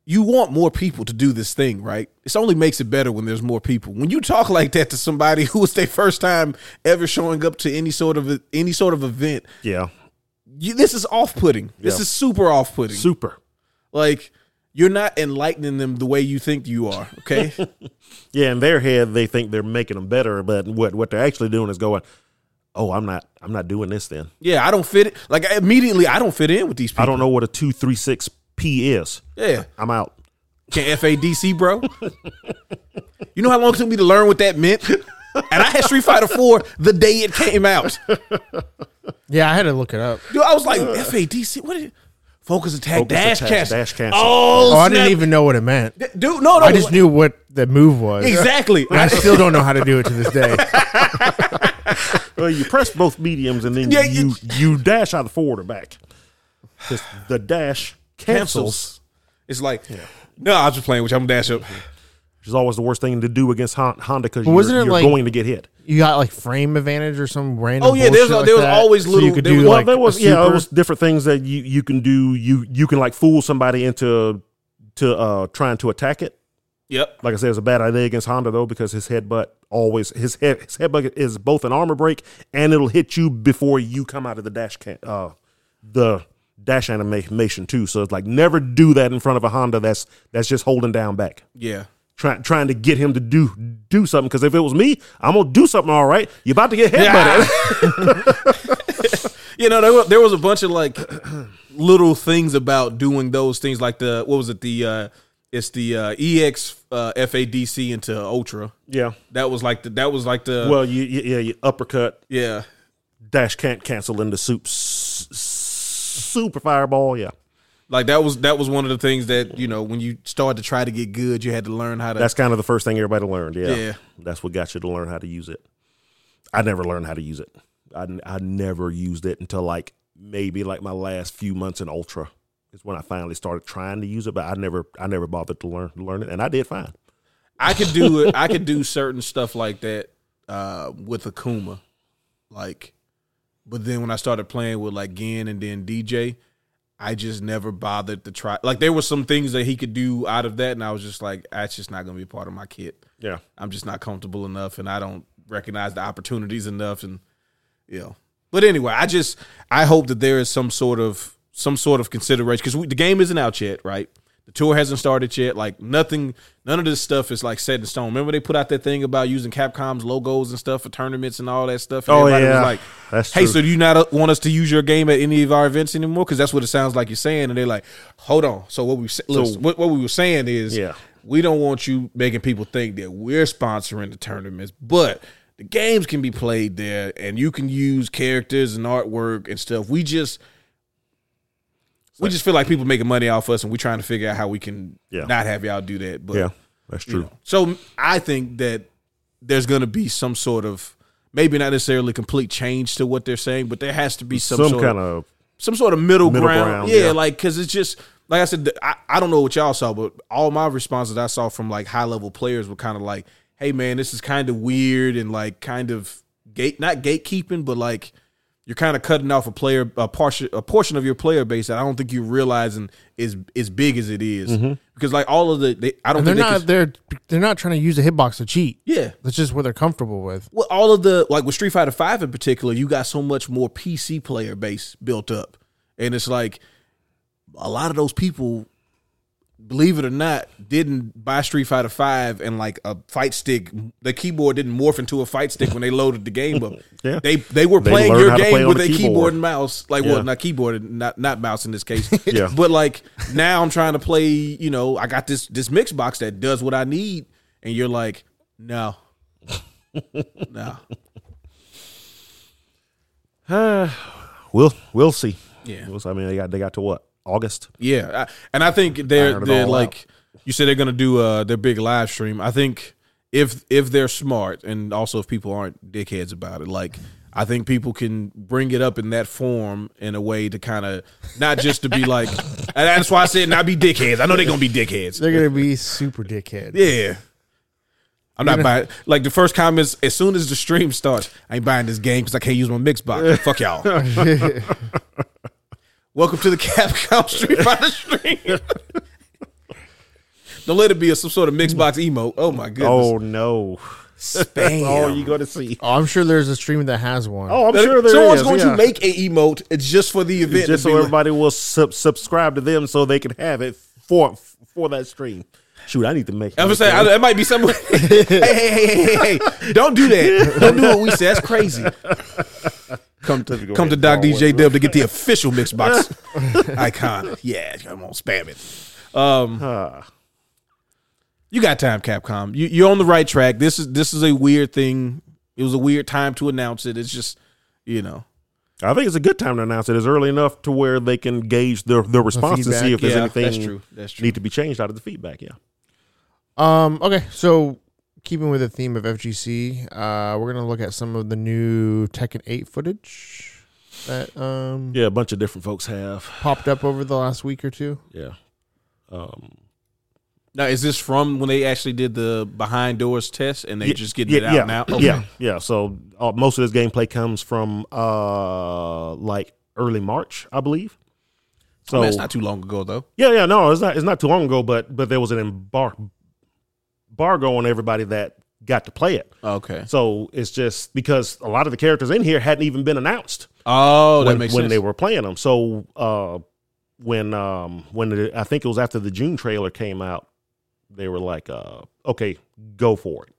Speaker 3: you want more people to do this thing, right? It only makes it better when there's more people. When you talk like that to somebody who was their first time ever showing up to any sort of any sort of event,
Speaker 1: yeah.
Speaker 3: you, this is off-putting. This
Speaker 1: Yeah.
Speaker 3: is super off-putting.
Speaker 1: Super.
Speaker 3: Like you're not enlightening them the way you think you are. Okay.
Speaker 1: Yeah, in their head, they think they're making them better, but what what they're actually doing is going, "Oh, I'm not, I'm not doing this." Then
Speaker 3: yeah, I don't fit. It. Like immediately, I don't fit in with these people.
Speaker 1: I don't know what a two three six P is.
Speaker 3: Yeah,
Speaker 1: I'm out.
Speaker 3: can FADC, bro. you know how long it took me to learn what that meant? And I had Street Fighter Four the day it came out.
Speaker 4: Yeah, I had to look it up.
Speaker 3: Dude, I was like FADC. What? Is, focus attack
Speaker 1: Focus
Speaker 3: dash
Speaker 1: attack,
Speaker 3: cancel.
Speaker 1: dash cancel.
Speaker 3: Oh,
Speaker 4: Oh, I
Speaker 3: snap.
Speaker 4: didn't even know what it meant.
Speaker 3: Dude, no, no.
Speaker 4: I just knew what the move was.
Speaker 3: exactly.
Speaker 4: And I still don't know how to do it to this day.
Speaker 1: Well, you press both mediums and then
Speaker 3: Yeah,
Speaker 1: you you dash either forward or back. 'Cause the dash cancels,
Speaker 3: cancels. It's like, no, I was just playing. Which I'm gonna dash up.
Speaker 1: which is always the worst thing to do against Hon- Honda because you're,
Speaker 4: wasn't it
Speaker 1: you're
Speaker 4: like-
Speaker 1: going to get hit.
Speaker 4: You got like frame advantage or some random.
Speaker 3: Oh yeah, there's
Speaker 4: bullshit like
Speaker 3: there was
Speaker 4: that?
Speaker 3: always
Speaker 4: So
Speaker 3: little.
Speaker 4: you could
Speaker 3: there
Speaker 4: do
Speaker 3: was-
Speaker 1: Well,
Speaker 4: like
Speaker 1: there
Speaker 4: a
Speaker 1: was yeah, there
Speaker 4: super-
Speaker 1: was different things that you you can do. You you can like fool somebody into to uh trying to attack it.
Speaker 3: Yep.
Speaker 1: like I said, it was a bad idea against Honda though because his headbutt always his head his headbutt is both an armor break and it'll hit you before you come out of the dash can uh the dash animation too. So it's like never do that in front of a Honda that's that's just holding down back.
Speaker 3: Yeah.
Speaker 1: Trying trying to get him to do do something because if it was me, I'm gonna do something all right. You're about to get headbutted.
Speaker 3: you know, there was, there was a bunch of like little things about doing those things, like the what was it? The uh, it's the uh, EX uh, FADC into Ultra.
Speaker 1: Yeah.
Speaker 3: That was like the that was like the
Speaker 1: Well, you, you yeah, you uppercut
Speaker 3: yeah.
Speaker 1: dash can't cancel into soup s- s- super fireball. Yeah,
Speaker 3: Like that was that was one of the things that you know when you started to try to get good, you had to learn how to.
Speaker 1: That's kind of the first thing everybody learned. Yeah.
Speaker 3: Yeah.
Speaker 1: That's what got you to learn how to use it. I never learned how to use it. I, I never used it until like maybe like my last few months in Ultra is when I finally started trying to use it, but I never I never bothered to learn learn it and I did fine.
Speaker 3: I could do it. I could do certain stuff like that uh, with Akuma, like. But then when I started playing with like Gen and then DJ, I just never bothered to try. Like there were some things that he could do out of that, and I was just like, that's just not gonna be part of my kit.
Speaker 1: Yeah.
Speaker 3: I'm just not comfortable enough, and I don't recognize the opportunities enough, and you know. But anyway, I just I hope that there is some sort of some sort of consideration because the game isn't out yet, right? The tour hasn't started yet. Like nothing, none of this stuff is like set in stone. Remember they put out that thing about using Capcom's logos and stuff for tournaments and all that stuff. And
Speaker 1: Oh,
Speaker 3: everybody
Speaker 1: yeah.
Speaker 3: was like,
Speaker 1: That's
Speaker 3: "Hey,
Speaker 1: true.
Speaker 3: so do you not uh, want us to use your game at any of our events anymore?" Because that's what it sounds like you're saying. And they're like, "Hold on." So what we sa- listen, what, what we were saying is,
Speaker 1: Yeah.
Speaker 3: we don't want you making people think that we're sponsoring the tournaments, but the games can be played there and you can use characters and artwork and stuff. We just we just feel like people making money off us and we're trying to figure out how we can
Speaker 1: Yeah.
Speaker 3: not have y'all do that. But
Speaker 1: Yeah. That's true.
Speaker 3: so I think that there's going to be some sort of maybe not necessarily complete change to what they're saying, but there has to be some,
Speaker 1: Some,
Speaker 3: sort
Speaker 1: kind
Speaker 3: of
Speaker 1: of
Speaker 3: some sort of middle,
Speaker 1: Middle
Speaker 3: ground.
Speaker 1: ground,
Speaker 3: Yeah,
Speaker 1: yeah.
Speaker 3: like because it's just like I said, I, I don't know what y'all saw, but all my responses I saw from like high level players were kind of like, "Hey man, this is kind of weird and like kind of gate not gatekeeping, but like you're kind of cutting off a player a portion a portion of your player base that I don't think you're realizing is as big as it is.
Speaker 1: Mm-hmm.
Speaker 3: because like all of the they, I don't
Speaker 4: And they're
Speaker 3: think they
Speaker 4: not
Speaker 3: cons-
Speaker 4: they're they're not trying to use a hitbox to cheat.
Speaker 3: yeah
Speaker 4: That's just what they're comfortable with.
Speaker 3: well, all of the like with Street Fighter Five in particular, you got so much more PC player base built up, and it's like a lot of those people, believe it or not, didn't buy Street Fighter Five and like a fight stick. The keyboard didn't morph into a fight stick when they loaded the game up.
Speaker 1: Yeah.
Speaker 3: they they were
Speaker 1: They
Speaker 3: playing
Speaker 1: learned
Speaker 3: your
Speaker 1: how to
Speaker 3: game
Speaker 1: play on
Speaker 3: with
Speaker 1: the
Speaker 3: a keyboard.
Speaker 1: keyboard.
Speaker 3: and mouse. Like,
Speaker 1: Yeah.
Speaker 3: well, not keyboard, and not not mouse in this case.
Speaker 1: Yeah.
Speaker 3: but like now I'm trying to play. You know, I got this this mix box that does what I need, and you're like, no. No.
Speaker 1: we'll we'll see.
Speaker 3: Yeah.
Speaker 1: We'll see. I mean, they got they got to what August.
Speaker 3: Yeah, I, and I think they're
Speaker 1: Iron it
Speaker 3: they're
Speaker 1: all
Speaker 3: like you said they're gonna do uh, their big live stream. I think if if they're smart and also if people aren't dickheads about it, like I think people can bring it up in that form in a way to kind of not just to be like, and that's why I said not be dickheads. I know they're gonna be dickheads.
Speaker 4: They're gonna be super dickhead.
Speaker 3: Yeah. I'm not buying like the first comments as soon as the stream starts. I ain't buying this game because I can't use my mix box. Fuck y'all. Welcome to the Capcom Street Fighter stream. Don't let it be a, some sort of mix box emo. Oh my goodness.
Speaker 1: Oh no, that's all you gonna see.
Speaker 4: Oh, I'm sure there's a streamer that has one.
Speaker 1: Oh, I'm sure there is.
Speaker 3: Someone's going
Speaker 1: yeah.
Speaker 3: to make a emote. It's just for the event.
Speaker 1: just
Speaker 3: to
Speaker 1: so
Speaker 3: be like-
Speaker 1: everybody will sub- subscribe to them so they can have it for for that stream. Shoot, I need to make.
Speaker 3: I was saying I, that might be something. hey, hey, hey, hey, hey, hey! Don't do that. Don't do what we said. That's crazy. Come to come to Doc DJ Dub to get the official mix box icon. Yeah, come on, spam it. Um, you got time, Capcom. You, you're on the right track. This is this is a weird thing. It was a weird time to announce it. It's just you know.
Speaker 1: I think it's a good time to announce it. It's early enough to where they can gauge their their response and see
Speaker 4: feedback.
Speaker 1: if there's
Speaker 3: Yeah,
Speaker 1: anything
Speaker 3: that's true. That's true.
Speaker 1: need to be changed out of the feedback. Yeah,
Speaker 4: Um, okay, so keeping with the theme of FGC, uh, we're gonna look at some of the new Tekken 8 footage that um
Speaker 1: yeah, a bunch of different folks have.
Speaker 4: popped up over the last week or two.
Speaker 1: Yeah, um,
Speaker 3: Now, is this from when they actually did the behind doors test and they
Speaker 1: Yeah,
Speaker 3: just getting
Speaker 1: yeah,
Speaker 3: it out
Speaker 1: yeah,
Speaker 3: now?
Speaker 1: yeah, yeah. So uh, most of this gameplay comes from uh like early March, I believe.
Speaker 3: I
Speaker 1: So
Speaker 3: mean, that's not too long ago though.
Speaker 1: Yeah, yeah, no, it's not. It's not too long ago, but but there was an embar- embargo on everybody that got to play it.
Speaker 3: Okay.
Speaker 1: So it's just because a lot of the characters in here hadn't even been announced
Speaker 3: Oh, that
Speaker 1: when,
Speaker 3: makes
Speaker 1: when
Speaker 3: sense.
Speaker 1: they were playing them. So uh, when um, when the, I think it was after the June trailer came out, they were like, uh, "Okay, go for it,"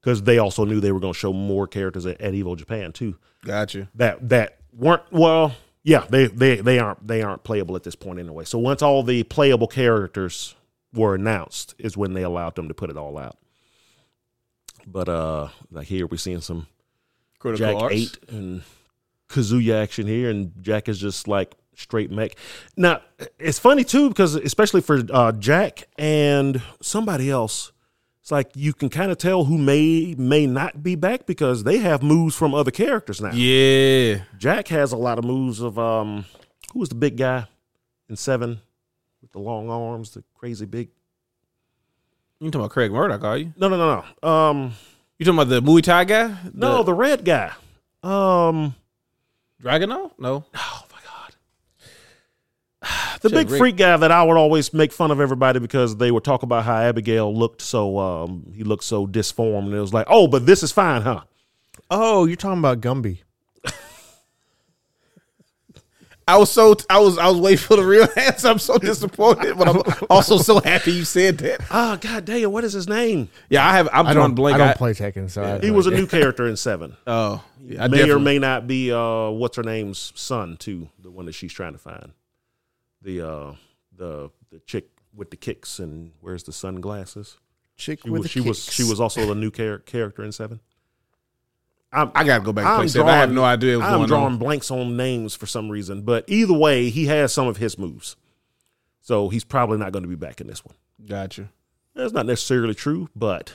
Speaker 1: because they also knew they were going to show more characters at, at Evo Japan too
Speaker 3: gotcha.
Speaker 1: that that weren't well yeah they they they aren't they aren't playable at this point anyway so once all the playable characters were announced is when they allowed them to put it all out but uh like here we're seeing some
Speaker 3: Critical
Speaker 1: jack
Speaker 3: Arts.
Speaker 1: 8 and kazuya action here and jack is just like straight mech now it's funny too because especially for uh jack and somebody else it's like you can kind of tell who may may not be back because they have moves from other characters now
Speaker 3: Yeah.
Speaker 1: Jack has a lot of moves of um who was the big guy in seven with the long arms, the crazy big
Speaker 3: You talking about Craig Murdoch, are you?
Speaker 1: No no no no. Um
Speaker 3: You talking about the Muay Thai guy?
Speaker 1: no,
Speaker 3: The
Speaker 1: the red guy. Um
Speaker 3: Dragonov? No.
Speaker 1: oh my god. The
Speaker 3: Shit,
Speaker 1: big
Speaker 3: Rick.
Speaker 1: freak guy that I would always make fun of everybody because they would talk about how Abigail looked so um he looked so disformed and it was like, "Oh, but this is fine, huh?"
Speaker 4: Oh, you're talking about Gumby.
Speaker 3: I was so I was I was waiting for the real answer. I'm so disappointed, but I'm also so happy you said that.
Speaker 1: Ah, god damn, what is his name?
Speaker 3: Yeah, I have. I'm
Speaker 4: I
Speaker 3: drawing
Speaker 4: don't
Speaker 3: blank.
Speaker 4: I don't
Speaker 3: I-
Speaker 4: play Tekken, so I have
Speaker 1: He
Speaker 4: no
Speaker 1: was a
Speaker 4: idea.
Speaker 1: new character in 7.
Speaker 3: Oh, yeah, I
Speaker 1: may or
Speaker 3: definitely-
Speaker 1: may not be uh what's her name's son too, the one that she's trying to find. The uh the the chick with the kicks and wears the sunglasses.
Speaker 4: chick
Speaker 1: She
Speaker 4: with
Speaker 1: was
Speaker 4: the
Speaker 1: she was she
Speaker 4: kicks.
Speaker 1: was also the new char- character in seven. I'm
Speaker 3: I gotta go back and play. Seven. I have no idea what's
Speaker 1: I'm
Speaker 3: going
Speaker 1: drawing
Speaker 3: on.
Speaker 1: blanks on names for some reason, but either way, he has some of his moves, so he's probably not going to be back in this one.
Speaker 3: Gotcha.
Speaker 1: That's not necessarily true, but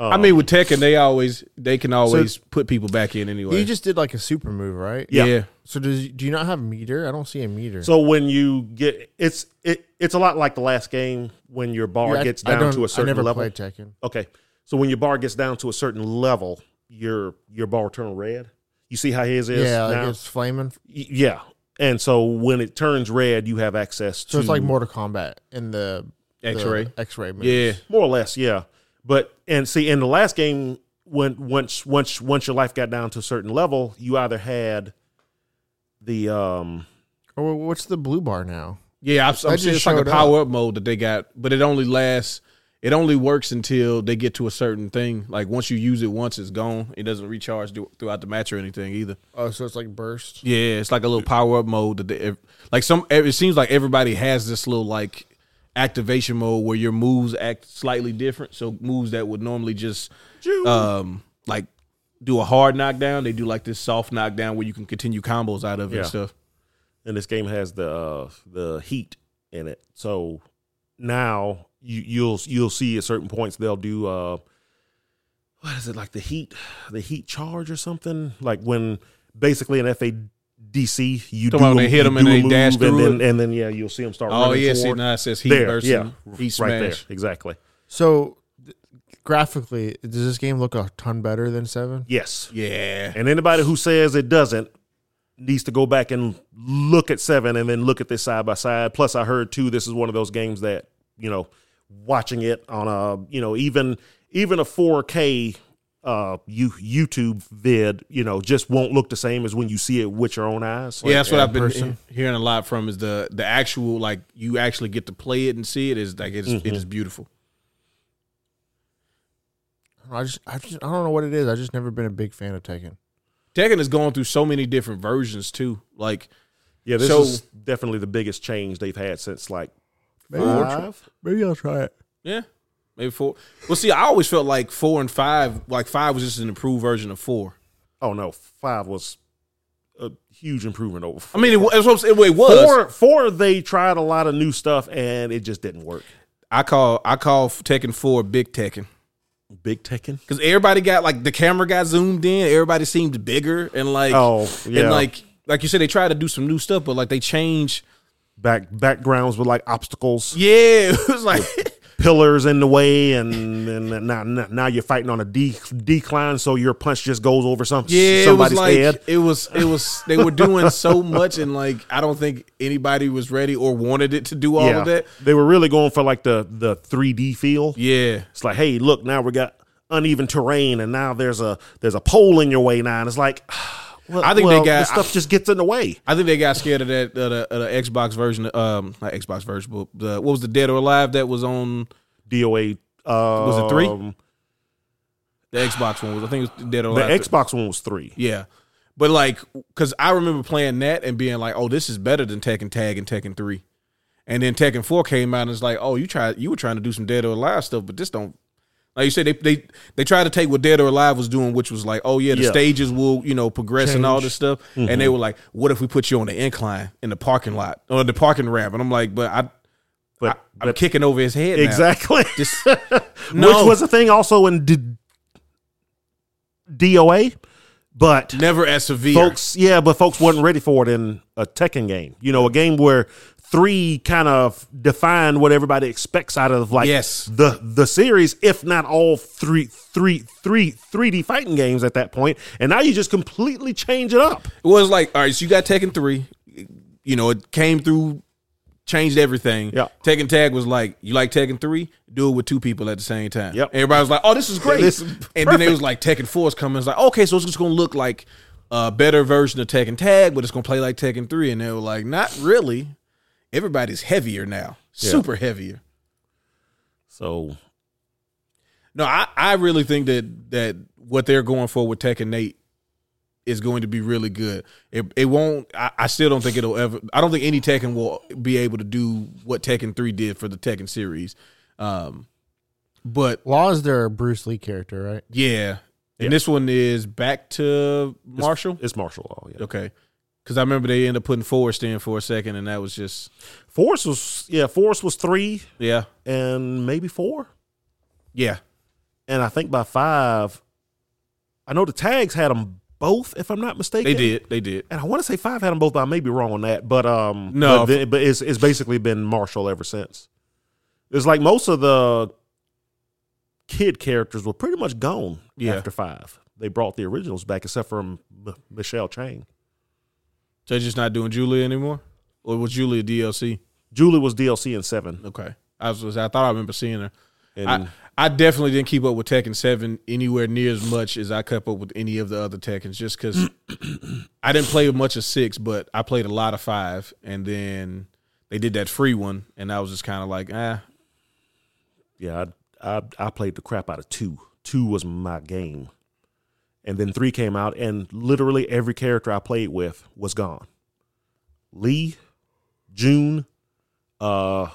Speaker 3: I mean, with Tekken, they always they can always put people back in anyway.
Speaker 4: You just did like a super move, right?
Speaker 1: Yeah.
Speaker 3: yeah.
Speaker 4: So does do you not have meter? I don't see a meter.
Speaker 1: So when you get it's it, it's a lot like the last game when your bar
Speaker 4: Yeah, I-
Speaker 1: gets
Speaker 4: I
Speaker 1: down
Speaker 4: don't-
Speaker 1: to a certain
Speaker 4: I never
Speaker 1: level.
Speaker 4: played Tekken.
Speaker 1: Okay. So when your bar gets down to a certain level, your your bar turn red. You see how his is
Speaker 4: yeah,
Speaker 1: now?
Speaker 4: like it's flaming.
Speaker 1: Y- yeah. And so when it turns red, you have access to
Speaker 4: So it's like Mortal Kombat in the the
Speaker 3: X-ray.
Speaker 4: X-ray. Moves.
Speaker 3: Yeah.
Speaker 1: more or less, yeah. But and see in the last game when once once once your life got down to a certain level, you either had the um
Speaker 4: Or Oh, wh- what's the blue bar now?
Speaker 3: Yeah, I'm, I'm
Speaker 4: That
Speaker 3: saying
Speaker 4: just
Speaker 3: it's like a
Speaker 4: showed up.
Speaker 3: power up mode that they got, but it only lasts. It only works until they get to a certain thing. Like once you use it once, it's gone. It doesn't recharge th- throughout the match or anything either.
Speaker 4: Oh, so it's like burst.
Speaker 3: Yeah, it's like a little power up mode that they, like some. It seems like everybody has this little like activation mode where your moves act slightly different. So moves that would normally just um like do a hard knockdown, they do like this soft knockdown where you can continue combos out of it
Speaker 1: Yeah.
Speaker 3: and stuff.
Speaker 1: and this game has the uh, the heat in it. So now you, you'll you'll see at certain points they'll do uh, what is it like the heat the heat charge or something like when basically an FADC you do
Speaker 3: Talking about when they hit
Speaker 1: you
Speaker 3: 'em and
Speaker 1: do a
Speaker 3: they dash
Speaker 1: move and
Speaker 3: through
Speaker 1: then, and then yeah you'll see them start.
Speaker 3: Oh
Speaker 1: running
Speaker 3: yeah, see
Speaker 1: forward.
Speaker 3: now it says heat
Speaker 1: there,
Speaker 3: burst,
Speaker 1: yeah,
Speaker 3: and heat
Speaker 1: right
Speaker 3: smash.
Speaker 1: there, exactly.
Speaker 4: So th- graphically, does this game look a ton better than Seven?
Speaker 1: Yes,
Speaker 3: Yeah.
Speaker 1: and anybody who says it doesn't needs to go back and look at seven and then look at this side by side. Plus, I heard too, this is one of those games that you know, watching it on a you know even even a 4K uh you YouTube vid you know just won't look the same as when you see it with your own eyes. Like,
Speaker 3: yeah, that's what
Speaker 4: in
Speaker 3: I've been
Speaker 4: person.
Speaker 3: he- hearing a lot from is the the actual like you actually get to play it and see it is like it's
Speaker 1: Mm-hmm.
Speaker 3: it is beautiful.
Speaker 4: I just, I just, I don't know what it is. I just never been a big fan of Tekken.
Speaker 3: Tekken is going through so many different versions too. Like
Speaker 1: yeah, this
Speaker 3: So-
Speaker 1: is definitely the biggest change they've had since like
Speaker 4: Maybe I'll try-
Speaker 1: five.
Speaker 4: Maybe I'll try it.
Speaker 3: yeah, maybe four. Well, see, I always felt like four and five, like five was just an improved version of four.
Speaker 1: Oh no, five was a huge improvement over.
Speaker 3: I
Speaker 1: Four.
Speaker 3: mean, it, wa- that's what I'm saying, well, it was.
Speaker 1: Four, four, they tried a lot of new stuff and it just didn't work.
Speaker 3: I call I call Tekken four Big Tekken.
Speaker 1: Big Tekken.
Speaker 3: because everybody got like the camera got zoomed in. Everybody seemed bigger and like
Speaker 1: Oh, yeah.
Speaker 3: and like like you said, they tried to do some new stuff, but like they changed.
Speaker 1: Back backgrounds with like obstacles,
Speaker 3: Yeah, it was like
Speaker 1: pillars in the way, and and now now now you're fighting on a de- decline, so your punch just goes over some
Speaker 3: yeah, it was
Speaker 1: somebody's
Speaker 3: like
Speaker 1: head.
Speaker 3: it was it was they were doing so much, and like I don't think anybody was ready or wanted it to do all
Speaker 1: yeah,
Speaker 3: of that.
Speaker 1: they were really going for like the the 3D feel.
Speaker 3: Yeah,
Speaker 1: It's like, hey, look, now we got uneven terrain, and now there's a there's a pole in your way now, and it's like, well,
Speaker 3: I think they
Speaker 1: well,
Speaker 3: got-
Speaker 1: this stuff just gets in the way.
Speaker 3: I think they got scared of that uh, the, uh, the Xbox version, um, not Xbox version, but the, what was the Dead or Alive that was on
Speaker 1: DOA um,
Speaker 3: it three? the Xbox one? Was I think it was Dead or
Speaker 1: The
Speaker 3: Alive.
Speaker 1: Xbox one was three.
Speaker 3: Yeah. But like, cause I remember playing that and being like, "Oh, this is better than Tekken Tag and Tekken Three," and then Tekken Four came out and it's like, "Oh, you tried, you were trying to do some Dead or Alive stuff, but this don't." Like you said, they they they tried to take what Dead or Alive was doing, which was like, "Oh yeah, the
Speaker 1: Yeah.
Speaker 3: stages will you know progress and all this stuff," and they were like, "What if we put you on the incline in the parking lot or the parking ramp?" And I'm like, "But I,
Speaker 1: But,
Speaker 3: I am kicking over his head now."
Speaker 1: exactly.
Speaker 3: Just-
Speaker 1: which
Speaker 3: no,
Speaker 1: was a thing also in D- DOA, but
Speaker 3: never as severe.
Speaker 1: folks, yeah, but folks wasn't ready for it in a Tekken game. You know, a game where three kind of defined what everybody expects out of like
Speaker 3: Yes.
Speaker 1: the the series, if not all three three three three D fighting games at that point, and now you just completely change it up.
Speaker 3: It was like, all right, so you got Tekken three. You know, it came through, changed everything.
Speaker 1: Yeah.
Speaker 3: Tekken Tag was like, you like Tekken three? Do it with two people at the same time.
Speaker 1: Yep.
Speaker 3: Everybody was like, oh, this is great.
Speaker 1: This is
Speaker 3: and then they was like, Tekken four is coming. It's like, okay, so it's just gonna look like a better version of Tekken Tag, but it's gonna play like Tekken three. And they were like, not really. Everybody's heavier now, super heavier.
Speaker 1: So
Speaker 3: No, I, I really think that that what they're going for with Tekken Eight is going to be really good. It it won't. I, I still don't think it'll ever. I don't think any Tekken will be able to do what Tekken Three did for the Tekken series. Um, but
Speaker 4: Law is their Bruce Lee character, right?
Speaker 3: yeah, and this one is back to Marshall.
Speaker 1: it's martial law. Yeah.
Speaker 3: Okay, because I remember they ended up putting Forrest in for a second, and that was just
Speaker 1: Force was yeah, Force was three
Speaker 3: yeah,
Speaker 1: and maybe four.
Speaker 3: yeah.
Speaker 1: and I think by five, I know the tags had them both, if I'm not mistaken.
Speaker 3: They did. They did.
Speaker 1: and I want to say five had them both, but I may be wrong on that. But um, but,
Speaker 3: No.
Speaker 1: the- but it's it's basically been Marshall ever since. It's like most of the kid characters were pretty much gone
Speaker 3: Yeah.
Speaker 1: after five. They brought the originals back, except for M- Michelle Chang.
Speaker 3: So they're just not doing Julia anymore, or was Julia DLC?
Speaker 1: Julie was DLC in seven,
Speaker 3: Okay, I was. I thought I remember seeing her.
Speaker 1: and
Speaker 3: I, I definitely didn't keep up with Tekken Seven anywhere near as much as I kept up with any of the other Tekkens, just because I didn't play much of six, but I played a lot of five, and then they did that free one, and I was just kind of like, ah,
Speaker 1: yeah, I, I I played the crap out of two. Two was my game, and then three came out, and literally every character I played with was gone. Lee, June, uh,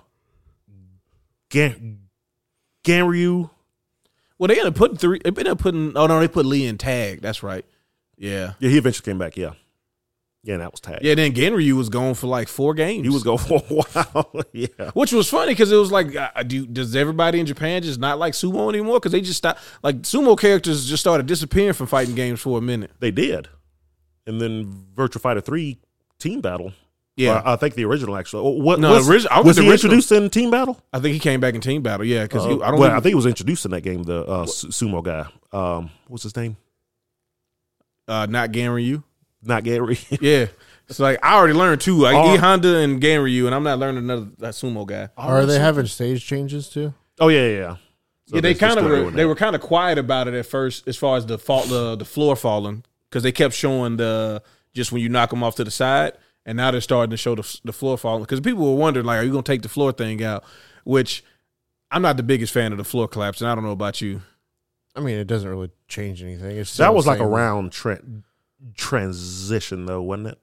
Speaker 1: Gan- Ganryu.
Speaker 3: well, they ended up putting three. They ended up putting. Oh no, they put Lee in tag. That's right. Yeah,
Speaker 1: Yeah, he eventually came back. Yeah, yeah, and that was tag.
Speaker 3: yeah. Then Genryu was gone for like four games.
Speaker 1: he was going for a while. yeah,
Speaker 3: Which was funny because it was like, uh, do does everybody in Japan just not like sumo anymore? Because they just stopped, like sumo characters just started disappearing from fighting games for a minute.
Speaker 1: they did, and then Virtual Fighter Three Team Battle.
Speaker 3: Yeah.
Speaker 1: Or I think the original actually. Or What
Speaker 3: No,
Speaker 1: was,
Speaker 3: origi- I
Speaker 1: was
Speaker 3: was
Speaker 1: he
Speaker 3: the original.
Speaker 1: introduced in Team Battle?
Speaker 3: I think he came back in Team Battle, yeah. Because
Speaker 1: Uh,
Speaker 3: I don't.
Speaker 1: well,
Speaker 3: think,
Speaker 1: I think he was introduced in that game. The uh, su- sumo guy. Um, what's his name?
Speaker 3: uh, not Ganryu.
Speaker 1: Not Gary.
Speaker 3: Yeah, it's like I already learned two, like
Speaker 1: Or-
Speaker 3: E Honda and Ganryu, and I'm not learning another that sumo guy.
Speaker 4: Are they having stage changes too?
Speaker 1: Oh yeah, yeah. yeah. So
Speaker 3: yeah, they
Speaker 1: still
Speaker 3: kind of were,
Speaker 1: doing
Speaker 3: they
Speaker 1: that.
Speaker 3: were kind of quiet about it at first, as far as the fault the the floor falling, because they kept showing the just when you knock them off to the side, and now they're starting to show the, the floor falling because people were wondering like, are you gonna take the floor thing out? Which I'm not the biggest fan of the floor collapse, and I don't know about you.
Speaker 4: I mean, it doesn't really change anything. It's still
Speaker 1: That was
Speaker 4: the
Speaker 1: like a
Speaker 4: same.
Speaker 1: round tra- transition though, wasn't it?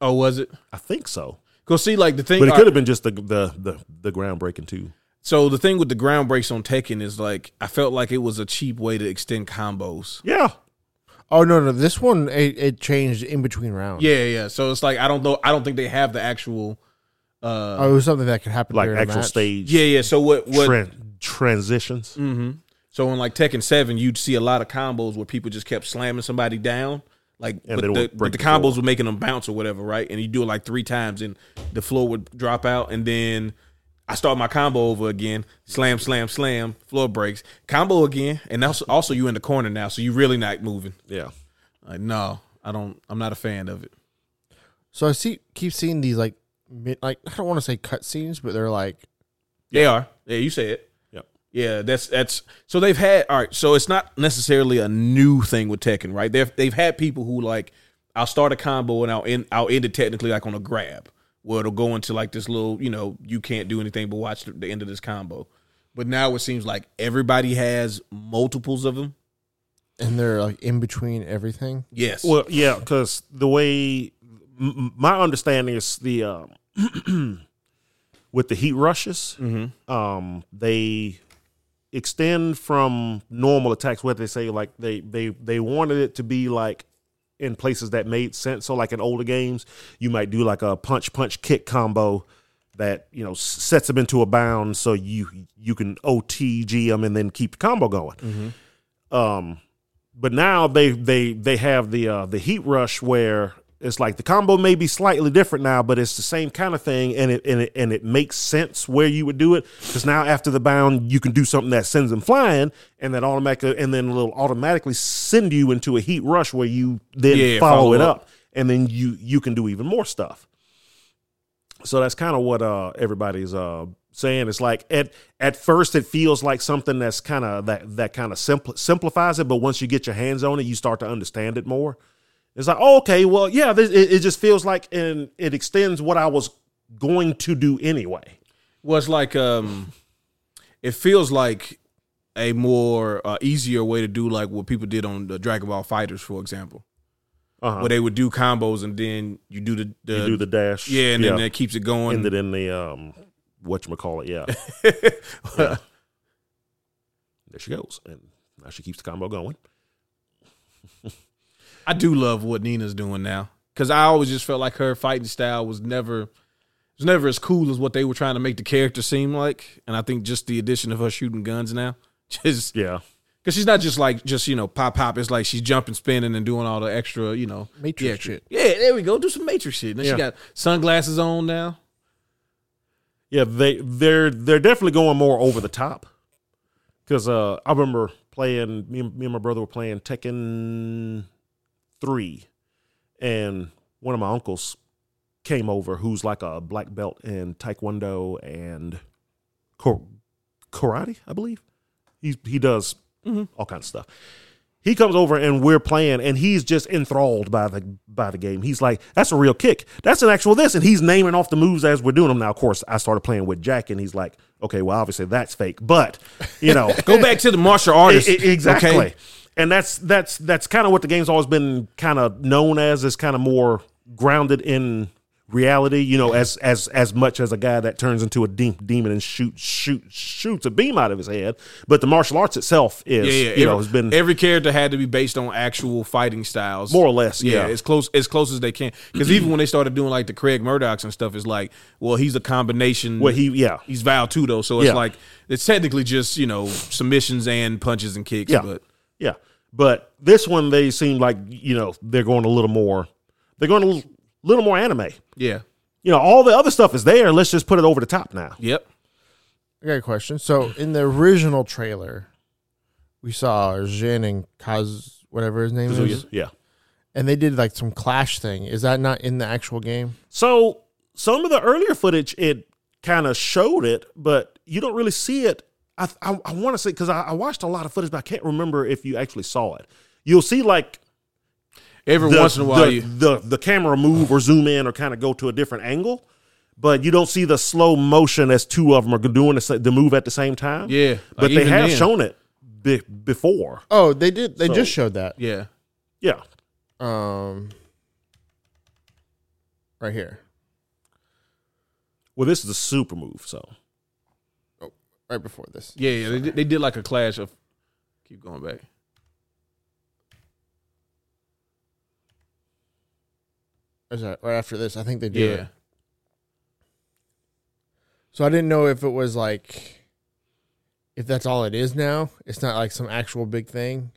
Speaker 3: Oh, was it?
Speaker 1: I think so.
Speaker 3: Cause see, like the thing,
Speaker 1: But it could have been just the the the, the groundbreaking too.
Speaker 3: so the thing with the ground breaks on Tekken is like I felt like it was a cheap way to extend combos.
Speaker 1: Yeah.
Speaker 4: Oh no, no, this one it, it changed in between rounds.
Speaker 3: Yeah, yeah. So it's like I don't know. I don't think they have the actual. uh
Speaker 4: oh, it was something that could happen
Speaker 1: Like
Speaker 4: during a
Speaker 1: actual
Speaker 4: match.
Speaker 1: stage
Speaker 3: Yeah, yeah. So what? What?
Speaker 1: tran- transitions.
Speaker 3: hmm So in like Tekken Seven, you'd see a lot of combos where people just kept slamming somebody down, like
Speaker 1: And
Speaker 3: but,
Speaker 1: they would
Speaker 3: the,
Speaker 1: break
Speaker 3: but the
Speaker 1: the
Speaker 3: combos
Speaker 1: floor.
Speaker 3: were making them bounce or whatever, right? And you do it like three times, and the floor would drop out, and then I start my combo over again, slam, slam, slam, floor breaks, combo again, and also, also you in the corner now, so you really not moving.
Speaker 1: Yeah.
Speaker 3: Like no, I don't. I'm not a fan of it.
Speaker 4: So I see, keep seeing these like, mid, like I don't want to say cutscenes, but they're like
Speaker 3: They are. Yeah, you say it.
Speaker 1: Yep.
Speaker 3: Yeah, that's that's so they've had all right. So it's not necessarily a new thing with Tekken, right? They've they've had people who like I'll start a combo and I'll end I'll end it technically like on a grab where it'll go into like this little you know you can't do anything but watch the, the end of this combo. But now it seems like everybody has multiples of them.
Speaker 4: and they're like in between everything.
Speaker 3: Yes.
Speaker 1: Well, yeah, because the way m- m- my understanding is the um, with the heat rushes, um, they extend from normal attacks. What they say, like they they they wanted it to be like in places that made sense. So, like in older games, you might do like a punch punch kick combo that you know s- sets them into a bound, so you you can OTG them and then keep the combo going. Um, but now they they they have the uh, the heat rush where it's like the combo may be slightly different now, but it's the same kind of thing, and it and it and it makes sense where you would do it because now after the bound you can do something that sends them flying, and that automatically and then will automatically send you into a heat rush where you then
Speaker 3: Yeah,
Speaker 1: follow,
Speaker 3: follow
Speaker 1: it
Speaker 3: up.
Speaker 1: up. and then you you can do even more stuff. So that's kind of what uh, everybody's uh, saying. It's like at at first it feels like something that's kind of that that kind of simpl- simplifies it, but once you get your hands on it, you start to understand it more. It's like, oh, okay, well, yeah, this, it, it just feels like and it extends what I was going to do anyway.
Speaker 3: Well, it's like um, it feels like a more uh, easier way to do like what people did on the Dragon Ball Fighters, for example,
Speaker 1: Uh-huh.
Speaker 3: where they would do combos and then you do the, the
Speaker 1: you do the dash,
Speaker 3: yeah, and then that keeps it going.
Speaker 1: end it in the um, what you call it, yeah. Yeah. There she goes, and now she keeps the combo going.
Speaker 3: I do love what Nina's doing now because I always just felt like her fighting style was never was never as cool as what they were trying to make the character seem like, and I think just the addition of her shooting guns now just
Speaker 1: Yeah,
Speaker 3: Cause she's not just like just you know pop pop. It's like she's jumping, spinning, and doing all the extra you know
Speaker 4: Matrix
Speaker 3: the extra-
Speaker 4: shit.
Speaker 3: Yeah, there we go. Do some matrix shit. And then she
Speaker 4: Yeah.
Speaker 3: got sunglasses on now.
Speaker 1: yeah, they they're they're definitely going more over the top. Because uh, I remember playing me, and- me and my brother were playing Tekken three, and one of my uncles came over who's like a black belt in Taekwondo and kar- karate, I believe. He he does all kinds of stuff. He comes over and we're playing, and he's just enthralled by the by the game. He's like, "That's a real kick. That's an actual this," and he's naming off the moves as we're doing them. Now, of course, I started playing with Jack, and he's like, "Okay, well, obviously that's fake, but you know,
Speaker 3: Go back to the martial artist.
Speaker 1: I- I- E, exactly.
Speaker 3: okay?
Speaker 1: And that's that's that's kind of what the game's always been kind of known as. It's kind of more grounded in reality, you know, as as as much as a guy that turns into a de- demon and shoots shoot shoots a beam out of his head. But the martial arts itself is,
Speaker 3: Yeah, yeah.
Speaker 1: you
Speaker 3: Every,
Speaker 1: know, has been
Speaker 3: every character had to be based on actual fighting styles,
Speaker 1: More or less, yeah.
Speaker 3: as close as close as they can. Because even when they started doing like the Craig Murdocks and stuff, it's like, well, he's a combination.
Speaker 1: well, he yeah
Speaker 3: he's Val Tudo, so it's
Speaker 1: Yeah.
Speaker 3: like it's technically just you know submissions and punches and kicks.
Speaker 1: Yeah.
Speaker 3: But
Speaker 1: Yeah. But this one, they seem like, you know, they're going a little more, they're going a little, little more anime.
Speaker 3: yeah,
Speaker 1: You know, all the other stuff is there. Let's just put it over the top now.
Speaker 3: yep.
Speaker 4: I got a question. So in the original trailer, we saw Jin and Kaz, whatever his name is,
Speaker 1: Yeah.
Speaker 4: and they did like some clash thing. Is that not in the actual game?
Speaker 1: So some of the earlier footage, it kind of showed it, but you don't really see it. I, I, I want to say, because I, I watched a lot of footage, but I can't remember if you actually saw it. You'll see like
Speaker 3: Every
Speaker 1: the,
Speaker 3: once in a while,
Speaker 1: the,
Speaker 3: you
Speaker 1: the the camera move or zoom in or kind of go to a different angle, but you don't see the slow motion as two of them are doing the, sa- the move at the same time.
Speaker 3: Yeah, like
Speaker 1: but they
Speaker 3: even
Speaker 1: have
Speaker 3: then.
Speaker 1: shown it be, before.
Speaker 4: Oh, they did. They
Speaker 1: So-
Speaker 4: just showed that.
Speaker 3: yeah.
Speaker 1: Yeah,
Speaker 4: Um, right here,
Speaker 1: well, this is a super move, so
Speaker 4: right before this.
Speaker 3: Yeah, yeah they, did, they did like a clash of. Keep going back.
Speaker 4: Or is that right after this? I think they did.
Speaker 3: Yeah,
Speaker 4: it. So I didn't know if it was like if that's all it is now. It's not like some actual big thing.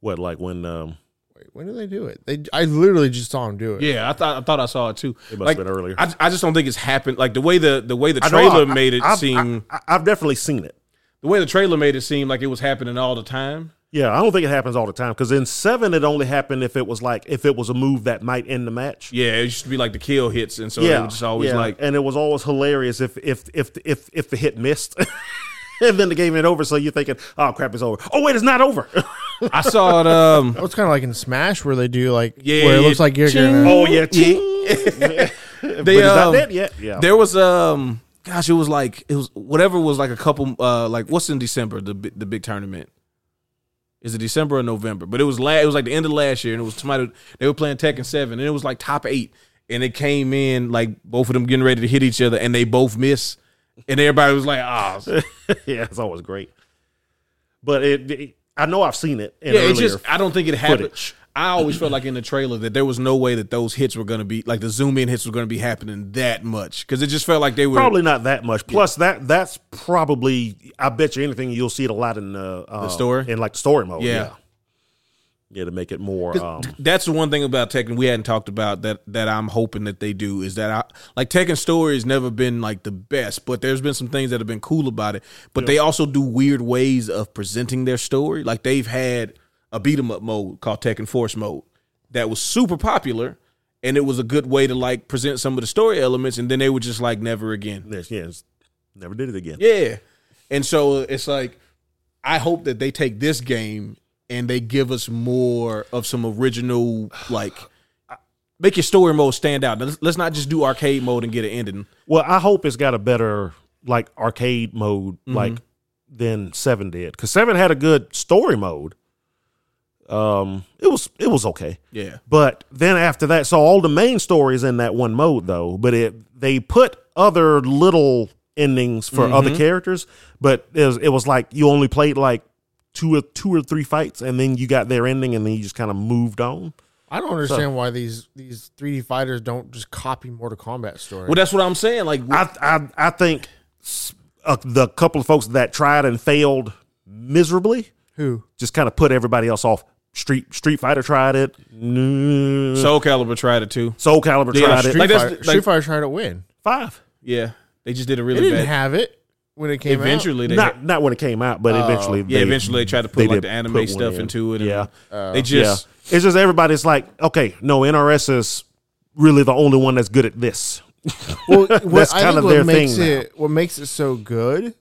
Speaker 1: what like when um,
Speaker 4: Wait, when did they do it? They I literally just saw him do it.
Speaker 3: yeah. I thought I thought I saw it too.
Speaker 1: it must
Speaker 3: Like,
Speaker 1: have been earlier.
Speaker 3: I, I just don't think it's happened. Like the way the the way the
Speaker 1: I know
Speaker 3: trailer
Speaker 1: I-
Speaker 3: made it
Speaker 1: I've-
Speaker 3: seem
Speaker 1: I, have definitely seen it.
Speaker 3: the way the trailer made it seem like it was happening all the time.
Speaker 1: Yeah, I don't think it happens all the time because in seven it only happened if it was like if it was a move that might end the match.
Speaker 3: Yeah, it used to be like the kill hits, and so it was just always
Speaker 1: yeah.
Speaker 3: like
Speaker 1: and it was always hilarious if if if if if the hit missed. And then the game ain't over, so you're thinking, "Oh crap, it's over." Oh wait, it's not over.
Speaker 3: I saw it. Um,
Speaker 4: Well, it's kind of like in Smash where they do like
Speaker 3: Yeah,
Speaker 4: where it
Speaker 3: yeah,
Speaker 4: looks like you're
Speaker 3: ching.
Speaker 4: gonna.
Speaker 1: oh yeah, ting. but
Speaker 3: they,
Speaker 1: it's not
Speaker 3: um,
Speaker 1: dead yet. Yeah,
Speaker 3: There was um, gosh, it was like it was whatever was like a couple uh, like what's in December the bi- the big tournament. Is it December or November? But it was la- it was like the end of last year, and it was somebody they were playing Tekken Seven, and it was like top eight, and it came in like both of them getting ready to hit each other, and they both miss, and everybody was like, ah,
Speaker 1: yeah, it's always great. But it, it- I know I've seen it. In
Speaker 3: yeah,
Speaker 1: earlier.
Speaker 3: it's just I don't think it happened.
Speaker 1: footage.
Speaker 3: I always felt like in the trailer that there was no way that those hits were going to be like the zoom in hits were going to be happening that much because it just felt like they were
Speaker 1: probably not that much. Plus that that's probably I bet you anything you'll see it a lot in the, uh,
Speaker 3: story?
Speaker 1: in like the story mode.
Speaker 3: Yeah.
Speaker 1: yeah, Yeah, to make it more. Um,
Speaker 3: that's the one thing about Tekken we hadn't talked about that that I'm hoping that they do is that I like Tekken story has never been like the best, but there's been some things that have been cool about it. But they also do weird ways of presenting their story. Like they've had a beat 'em up mode called Tekken Force mode that was super popular and it was a good way to like present some of the story elements and then they were just like never again.
Speaker 1: there's- yeah, it's- never did it again.
Speaker 3: Yeah. And so it's like I hope that they take this game and they give us more of some original like make your story mode stand out. Let's, let's not just do arcade mode and get an ending.
Speaker 1: Well, I hope it's got a better like arcade mode
Speaker 3: Mm-hmm.
Speaker 1: like than Seven did because Seven had a good story mode. Um, it was it was okay.
Speaker 3: Yeah.
Speaker 1: But then after that, so all the main story is in that one mode though. But it they put other little endings for
Speaker 3: Mm-hmm.
Speaker 1: other characters. But it was, it was like you only played like two or two or three fights, and then you got their ending, and then you just kind of moved on.
Speaker 4: I don't understand why these these 3D fighters don't just copy Mortal Kombat story.
Speaker 3: Well, that's what I'm saying. Like
Speaker 1: I I, I think s- uh, the couple of folks that tried and failed miserably.
Speaker 4: Who?
Speaker 1: Just kind of put everybody else off. Street Street Fighter tried it. So
Speaker 3: Soul Calibur tried it too.
Speaker 1: Soul Calibur
Speaker 3: Mm. Yeah,
Speaker 1: tried it.
Speaker 3: Street
Speaker 4: Street,
Speaker 3: Like, that's-
Speaker 4: Fighter,
Speaker 3: like-
Speaker 4: Street Fighter tried to win.
Speaker 1: Five.
Speaker 3: Yeah, they just did a
Speaker 4: They
Speaker 3: really
Speaker 4: didn't
Speaker 3: bad.
Speaker 4: have it when it came out.
Speaker 3: Eventually, they
Speaker 1: Not not when it came out, but eventually.
Speaker 3: Oh, yeah,
Speaker 1: they-
Speaker 3: eventually they tried to
Speaker 1: they
Speaker 3: put like
Speaker 1: did
Speaker 3: the
Speaker 1: put
Speaker 3: anime
Speaker 1: one
Speaker 3: stuff
Speaker 1: in.
Speaker 3: into it. and
Speaker 1: Yeah.
Speaker 3: they
Speaker 4: Oh.
Speaker 3: just
Speaker 1: yeah. It's just everybody's like, okay, no, NRS is really the only one that's good at this.
Speaker 4: Well, what
Speaker 1: That's
Speaker 4: I
Speaker 1: kind
Speaker 4: think
Speaker 1: of
Speaker 4: what
Speaker 1: their
Speaker 4: makes
Speaker 1: thing now.
Speaker 4: it what makes it so good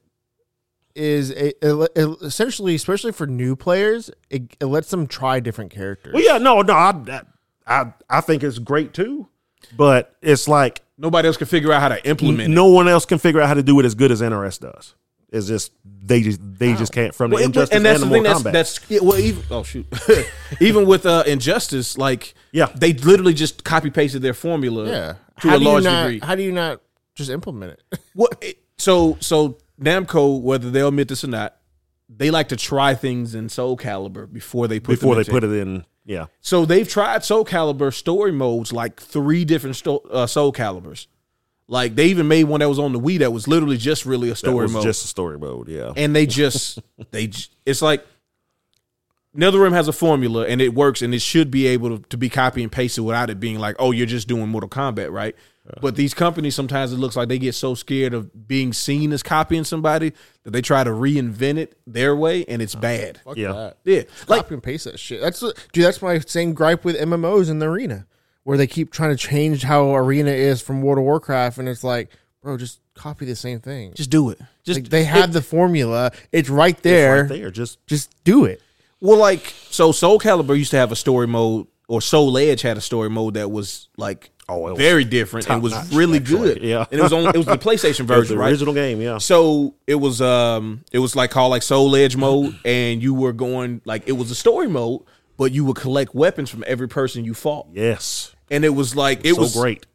Speaker 4: is it, it, it essentially, especially for new players, it, it lets them try different characters.
Speaker 1: Well, yeah, no, no, I, I, I think it's great too, but it's like
Speaker 3: nobody else could figure out how to implement. it.
Speaker 1: no one else can figure out how to do it as good as NRS does. It's just they just they just can't from the
Speaker 3: Well, it-
Speaker 1: injustice
Speaker 3: and that's the
Speaker 1: Animal
Speaker 3: thing. That's
Speaker 1: Combat.
Speaker 3: that's yeah, well, even oh shoot, even with uh, injustice, like
Speaker 1: Yeah.
Speaker 3: they literally just copy pasted their formula
Speaker 4: Yeah.
Speaker 3: to
Speaker 4: how
Speaker 3: a
Speaker 4: do
Speaker 3: large
Speaker 4: you not,
Speaker 3: degree.
Speaker 4: How do you not just implement it?
Speaker 3: What? it- So so Namco, whether they'll admit this or not, they like to try things in Soul Calibur before they put
Speaker 1: before
Speaker 3: them
Speaker 1: they
Speaker 3: into
Speaker 1: put it in. Yeah,
Speaker 3: So they've tried Soul Calibur story modes like three different sto- uh, Soul Calibers. Like they even made one that was on the Wii that was literally just really a
Speaker 1: that
Speaker 3: story
Speaker 1: was
Speaker 3: mode,
Speaker 1: just a story mode. Yeah,
Speaker 3: and they just they j- it's like NetherRealm has a formula and it works and it should be able to, to be copy and pasted without it being like oh you're just doing Mortal Kombat right. But these companies sometimes it looks like they get so scared of being seen as copying somebody that they try to reinvent it their way and it's bad.
Speaker 4: Fuck
Speaker 1: Yeah.
Speaker 4: that.
Speaker 3: Yeah, like
Speaker 4: Copy and paste that shit. That's the- dude. That's my same gripe with MMOs in the arena, where they keep trying to change how arena is from World of Warcraft, and it's like, bro, just copy the same thing.
Speaker 3: just do it. Just
Speaker 4: Like, they have the formula. It's right there.
Speaker 1: right there. Just
Speaker 4: Just do it.
Speaker 3: Well, like so, Soul Calibur used to have a story mode, or Soul Edge had a story mode that was like
Speaker 1: Oh, it was
Speaker 3: very different and was really good.
Speaker 1: yeah.
Speaker 3: and it was on it was the PlayStation
Speaker 1: it was
Speaker 3: version,
Speaker 1: the
Speaker 3: right?
Speaker 1: original game. Yeah,
Speaker 3: So it was um it was like called like Soul Edge mode, and you were going like it was a story mode, but you would collect weapons from every person you fought,
Speaker 1: yes,
Speaker 3: and it was like it
Speaker 1: So
Speaker 3: was
Speaker 1: great.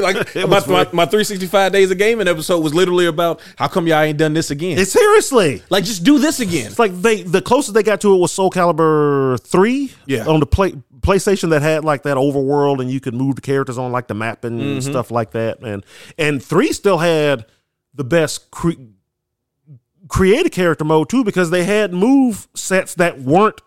Speaker 3: like my,
Speaker 1: was
Speaker 3: my
Speaker 1: great.
Speaker 3: my 365 days of gaming episode was literally about how come y'all ain't done this again?
Speaker 1: It- seriously.
Speaker 3: like just do this again.
Speaker 1: It's like they the closest they got to it was Soul Calibur three.
Speaker 3: Yeah.
Speaker 1: On the play PlayStation that had like that overworld and you could move the characters on like the map and
Speaker 3: Mm-hmm.
Speaker 1: stuff like that. And and three still had the best cre- create a character mode too because they had move sets that weren't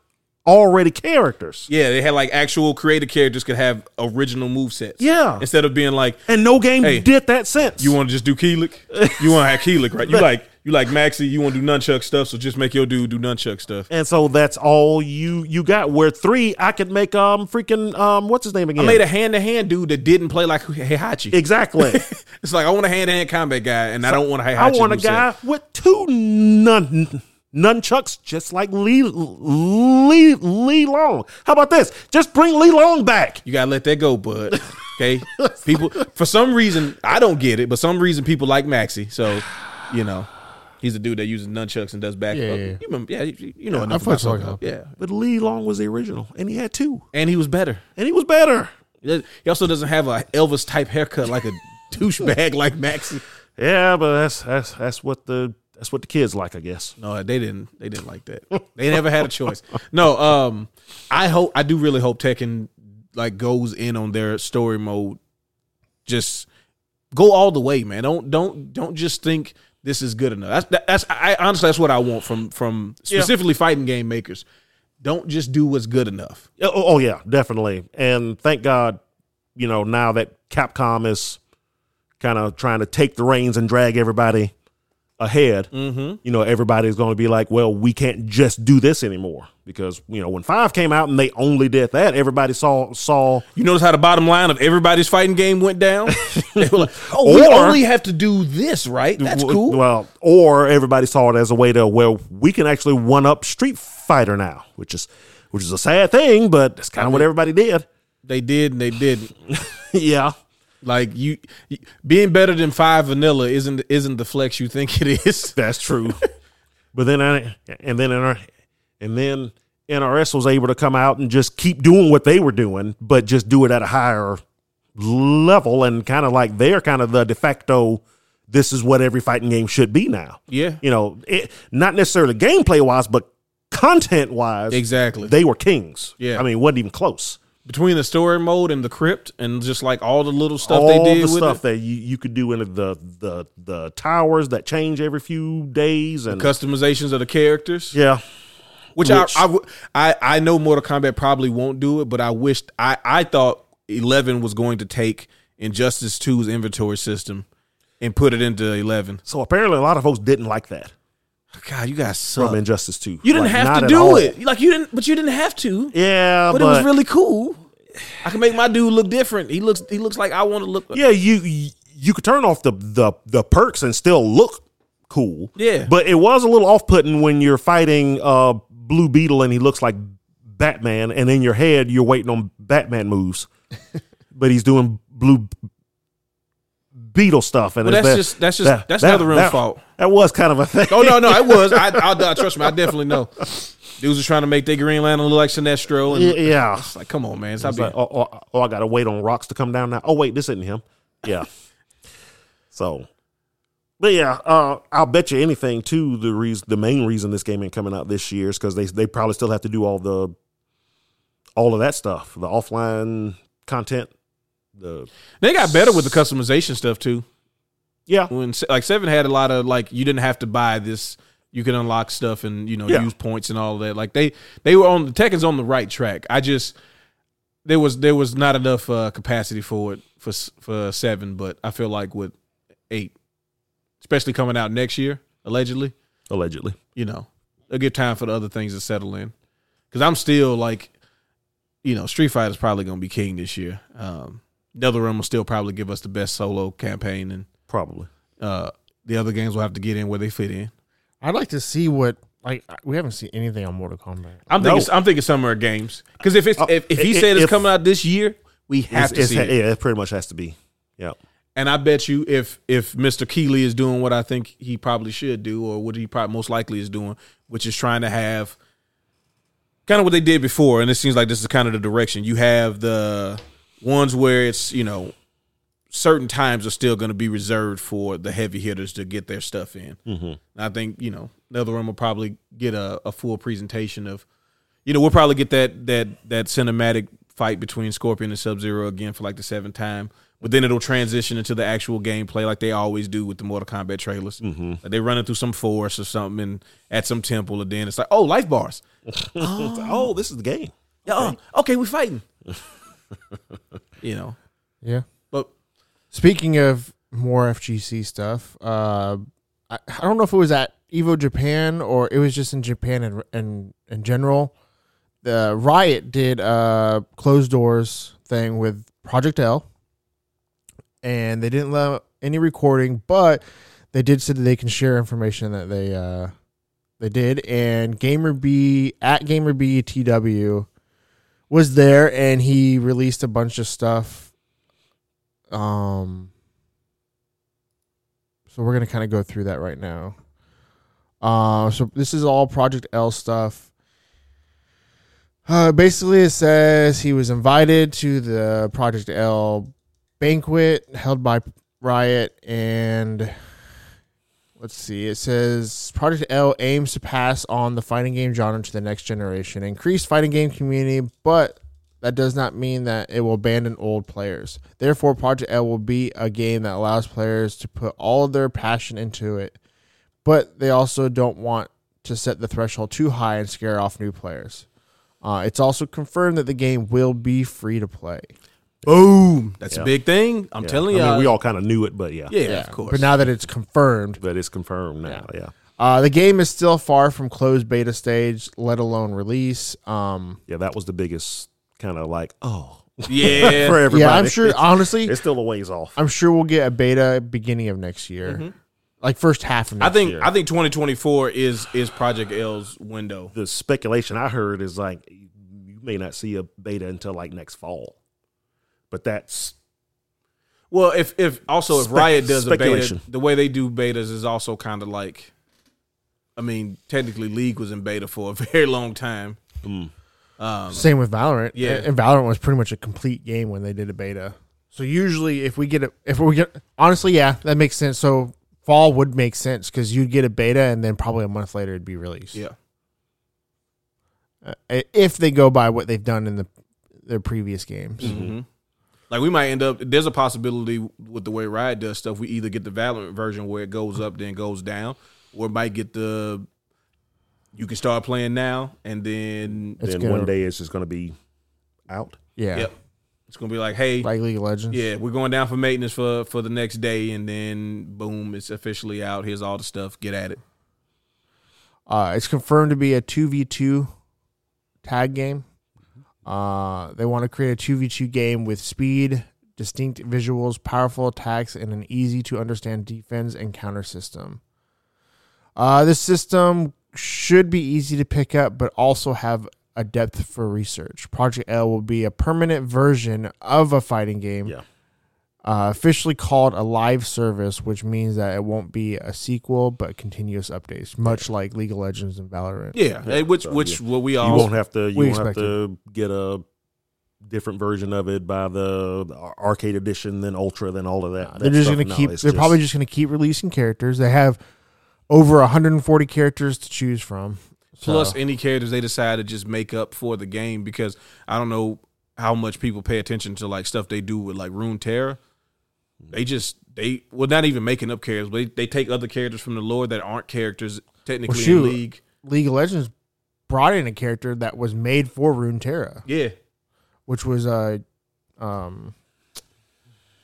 Speaker 1: already characters.
Speaker 3: Yeah, they had like actual creative characters could have original movesets.
Speaker 1: Yeah.
Speaker 3: Instead of being like,
Speaker 1: And no game
Speaker 3: Hey,
Speaker 1: did that since.
Speaker 3: you want to just do Keelik? You want to have Keelik, right? You like you like Maxi, you want to do nunchuck stuff, so just make your dude do nunchuck stuff.
Speaker 1: and so that's all you you got. Where three, I could make um freaking um what's his name again?
Speaker 3: I made a hand to hand dude that didn't play like Heihachi.
Speaker 1: exactly.
Speaker 3: it's like I want a hand to hand combat guy, and I don't want a Heihachi.
Speaker 1: I want a
Speaker 3: moveset.
Speaker 1: guy with two nun, nunchucks, just like Lee, Lee Lee Long. How about this? Just bring Lee Long back.
Speaker 3: You gotta let that go, bud. Okay, people. For some reason, I don't get it, but some reason people like Maxi. So, you know, he's a dude that uses nunchucks and does back.
Speaker 4: Yeah, yeah, yeah.
Speaker 3: You remember? Yeah, you, you know.
Speaker 4: Yeah,
Speaker 3: enough
Speaker 4: I fucks
Speaker 3: about
Speaker 4: like
Speaker 3: Soul Calibur. Yeah,
Speaker 1: But Lee Long was the original, and he had two,
Speaker 3: and he was better.
Speaker 1: and he was better.
Speaker 3: He also doesn't have a Elvis type haircut like a douchebag like Maxie.
Speaker 1: Yeah, but that's that's that's what the that's what the kids like, I guess.
Speaker 3: No, they didn't. They didn't like that. They never had a choice. No, um, I hope I do really hope Tekken like goes in on their story mode. Just go all the way, man. Don't don't don't just think this is good enough. That's that, that's I honestly that's what I want from from specifically fighting game makers. Don't just do what's good enough.
Speaker 1: Oh, oh yeah, definitely. And thank God, you know, now that Capcom is kind of trying to take the reins and drag everybody ahead, mm-hmm. you know, everybody's going to be like, well, we can't just do this anymore because you know when Five came out and they only did that, everybody saw saw
Speaker 3: You notice how the bottom line of everybody's fighting game went down? they were like, oh, we
Speaker 1: Or-
Speaker 3: only have to do this, right? That's
Speaker 1: w-
Speaker 3: cool.
Speaker 1: Well, or everybody saw it as a way to well, we can actually one up Street Fighter now, which is which is a sad thing, but that's kind of what everybody did.
Speaker 3: They did and they didn't.
Speaker 1: yeah.
Speaker 3: Like you, you- being better than five vanilla isn't isn't the flex you think it is.
Speaker 1: That's true. but then I and then NR, and then NRS was able to come out and just keep doing what they were doing, but just do it at a higher level and kind of like they're kind of the de facto. This is what every fighting game should be now.
Speaker 3: Yeah.
Speaker 1: you know, it, not necessarily gameplay wise, but content wise,
Speaker 3: Exactly.
Speaker 1: they were kings.
Speaker 3: Yeah.
Speaker 1: I mean, it wasn't even close.
Speaker 3: between the story mode and the crypt and just like all the little stuff
Speaker 1: all
Speaker 3: they did
Speaker 1: the
Speaker 3: with
Speaker 1: stuff
Speaker 3: it.
Speaker 1: that you, you could do in the the the towers that change every few days and
Speaker 3: Customizations of the characters,
Speaker 1: yeah,
Speaker 3: which, I
Speaker 1: which-
Speaker 3: I, w- I I know Mortal Kombat probably won't do it, but I wished I I thought Eleven was going to take Injustice 2's inventory system and put it into Eleven.
Speaker 1: So apparently, a lot of folks didn't like that
Speaker 3: God, you guys suck.
Speaker 1: from Injustice Two.
Speaker 3: you didn't
Speaker 1: Like,
Speaker 3: have
Speaker 1: not
Speaker 3: to
Speaker 1: at
Speaker 3: do
Speaker 1: all.
Speaker 3: it, like you didn't, but you didn't have to.
Speaker 1: Yeah,
Speaker 3: but,
Speaker 1: but,
Speaker 3: it was really cool. I can make my dude look different. He looks he looks like I want to look.
Speaker 1: yeah. You you could turn off the the the perks and still look cool.
Speaker 3: Yeah.
Speaker 1: but it was a little off putting when you're fighting uh Blue Beetle and he looks like Batman, and in your head you're waiting on Batman moves, but he's doing Blue Beetle stuff, and
Speaker 3: Well,
Speaker 1: it's
Speaker 3: that's
Speaker 1: that-
Speaker 3: just- that's just- that's NetherRealm's
Speaker 1: that-
Speaker 3: fault.
Speaker 1: That was kind of a thing.
Speaker 3: Oh no, no, it was. I, I, I trust me. I definitely know. Dudes are trying to make their Green Lantern look like Sinestro, and
Speaker 1: yeah.
Speaker 3: it's like, come on, man. Stop
Speaker 1: It's like,
Speaker 3: being-
Speaker 1: oh, oh, oh, I gotta wait on rocks to come down now. Oh wait, this isn't him. Yeah. so, but yeah, uh, I'll bet you anything too. The reason, the main reason this game ain't coming out this year is because they they probably still have to do all the all of that stuff, the offline content. The
Speaker 3: They got better with the customization stuff too.
Speaker 1: yeah,
Speaker 3: When Se- like Seven had a lot of like, you didn't have to buy this. You can unlock stuff and you know
Speaker 1: Yeah.
Speaker 3: use points and all of that. Like they they were on the Tekken's on the right track. I just there was there was not enough uh, capacity for it for s- for seven, but I feel like with eight, especially coming out next year allegedly,
Speaker 1: allegedly.
Speaker 3: you know, they'll get time for the other things to settle in. Because I'm still like, you know, Street Fighter's probably going to be king this year. Um, NetherRealm will still probably give us the best solo campaign, and
Speaker 1: Probably.
Speaker 3: uh, the other games will have to get in where they fit in.
Speaker 4: I'd like to see what like we haven't seen anything on Mortal Kombat.
Speaker 3: I'm
Speaker 1: No.
Speaker 3: thinking, I'm thinking summer games. Because if it's
Speaker 1: Uh,
Speaker 3: if, if he
Speaker 1: i- i-
Speaker 3: said it's
Speaker 1: if-
Speaker 3: coming out this year, we have
Speaker 1: It's,
Speaker 3: to
Speaker 1: it's,
Speaker 3: see it.
Speaker 1: yeah, it pretty much has to be. Yeah.
Speaker 3: And I bet you, if if Mr. Keeley is doing what I think he probably should do, or what he probably most likely is doing, which is trying to have kind of what they did before, and it seems like this is kind of the direction. You have the ones where it's you know certain times are still going to be reserved for the heavy hitters to get their stuff in.
Speaker 1: Mm-hmm.
Speaker 3: And I think you know another room will probably get a, a full presentation of you know, we'll probably get that that that cinematic fight between Scorpion and Sub Zero again for like the seventh time. But then it'll transition into the actual gameplay, like they always do with the Mortal Kombat trailers. Mm-hmm. Like they're running through some forest or something, and at some temple, and then it's like, oh, life bars.
Speaker 1: It's like, oh, this is the game.
Speaker 3: Yeah,
Speaker 1: uh,
Speaker 3: oh, okay, we're fighting. you know,
Speaker 4: Yeah.
Speaker 3: but
Speaker 4: Speaking of more FGC stuff, uh, I, I don't know if it was at Evo Japan or it was just in Japan and and in general. The Riot did a closed doors thing with Project L, and they didn't allow any recording, but they did say that they can share information that they uh, they did. And GamerB at GamerBTW was there, and he released a bunch of stuff um so we're gonna kind of go through that right now uh so this is all project l stuff uh basically it says he was invited to the project l banquet held by riot and let's see it says project l aims to pass on the fighting game genre to the next generation increase fighting game community but that does not mean that it will abandon old players. Therefore, Project L will be a game that allows players to put all of their passion into it, but they also don't want to set the threshold too high and scare off new players. Uh, it's also confirmed that the game will be free to play.
Speaker 3: boom, that's
Speaker 1: Yeah.
Speaker 3: a big thing. I'm
Speaker 1: Yeah.
Speaker 3: telling
Speaker 1: I
Speaker 3: you,
Speaker 1: mean, we all kind of knew it, but yeah,
Speaker 3: uh, yeah, of course.
Speaker 4: But now that it's confirmed,
Speaker 1: But it's confirmed now. Yeah.
Speaker 4: uh, the game is still far from closed beta stage, let alone release. Um,
Speaker 1: Yeah. That was the biggest kind of like, oh,
Speaker 3: yeah,
Speaker 1: for everybody.
Speaker 4: yeah, I'm sure. Honestly,
Speaker 1: It's still a ways off.
Speaker 4: I'm sure we'll get a beta beginning of next year, like first half of next
Speaker 3: I think
Speaker 1: year.
Speaker 3: I think 2024 is is Project L's window.
Speaker 1: the speculation I heard is like you may not see a beta until like next fall. But that's
Speaker 3: Well, if if also if
Speaker 1: Spec-
Speaker 3: Riot does a beta,
Speaker 1: speculation.
Speaker 3: the way they do betas is also kind of like, I mean, technically League was in beta for a very long time. Um,
Speaker 4: Same with Valorant.
Speaker 3: Yeah.
Speaker 4: and Valorant was pretty much a complete game when they did a beta. So usually, if we get a, if we get, honestly, yeah, that makes sense. So fall would make sense because you'd get a beta, and then probably a month later it'd be released.
Speaker 3: yeah,
Speaker 4: Uh, if they go by what they've done in the their previous games.
Speaker 3: Mm.
Speaker 1: Mm-hmm.
Speaker 3: Mm-hmm. Like we might end up. There's a possibility with the way Riot does stuff. We either get the Valorant version where it goes up then goes down, or might get the you can start playing now and then
Speaker 4: It's
Speaker 1: then
Speaker 4: gonna-
Speaker 1: one day it's just going to be out.
Speaker 4: Yeah,
Speaker 3: yep, it's gonna be like hey
Speaker 4: like League of Legends.
Speaker 3: yeah we're going down for maintenance for for the next day and then boom it's officially out. Here's all the stuff. Get at it.
Speaker 4: Uh, it's confirmed to be a 2v2 tag game. Uh, they want to create a 2v2 game with speed, distinct visuals, powerful attacks, and an easy to understand defense and counter system. Uh, this system should be easy to pick up, but also have a depth for research. Project L will be a permanent version of a fighting game.
Speaker 1: Yeah.
Speaker 4: Uh, officially called a live service, which means that it won't be a sequel but continuous updates, much like League of Legends and Valorant.
Speaker 3: Yeah, eh, which
Speaker 1: so,
Speaker 3: which what we
Speaker 1: you
Speaker 3: all
Speaker 1: won't have to. You
Speaker 4: we
Speaker 1: won't have
Speaker 4: expect
Speaker 1: to get a different version of it by the ar- arcade edition, then ultra, then all of that.
Speaker 4: they're
Speaker 1: that
Speaker 4: just
Speaker 1: stuff.
Speaker 4: going to
Speaker 1: No,
Speaker 4: keep. They're
Speaker 1: it's
Speaker 4: probably just going to keep releasing characters. They have over 140 characters to choose from. So,
Speaker 3: Plus, any characters they decide to just make up for the game because I don't know how much people pay attention to like stuff they do with like Rune Terror. They just they well not even making up characters, but they, they take other characters from the lore that aren't characters technically in
Speaker 4: shoot.
Speaker 3: league.
Speaker 4: League of Legends brought in a character that was made for Runeterra,
Speaker 3: Yeah,
Speaker 4: which was a, um,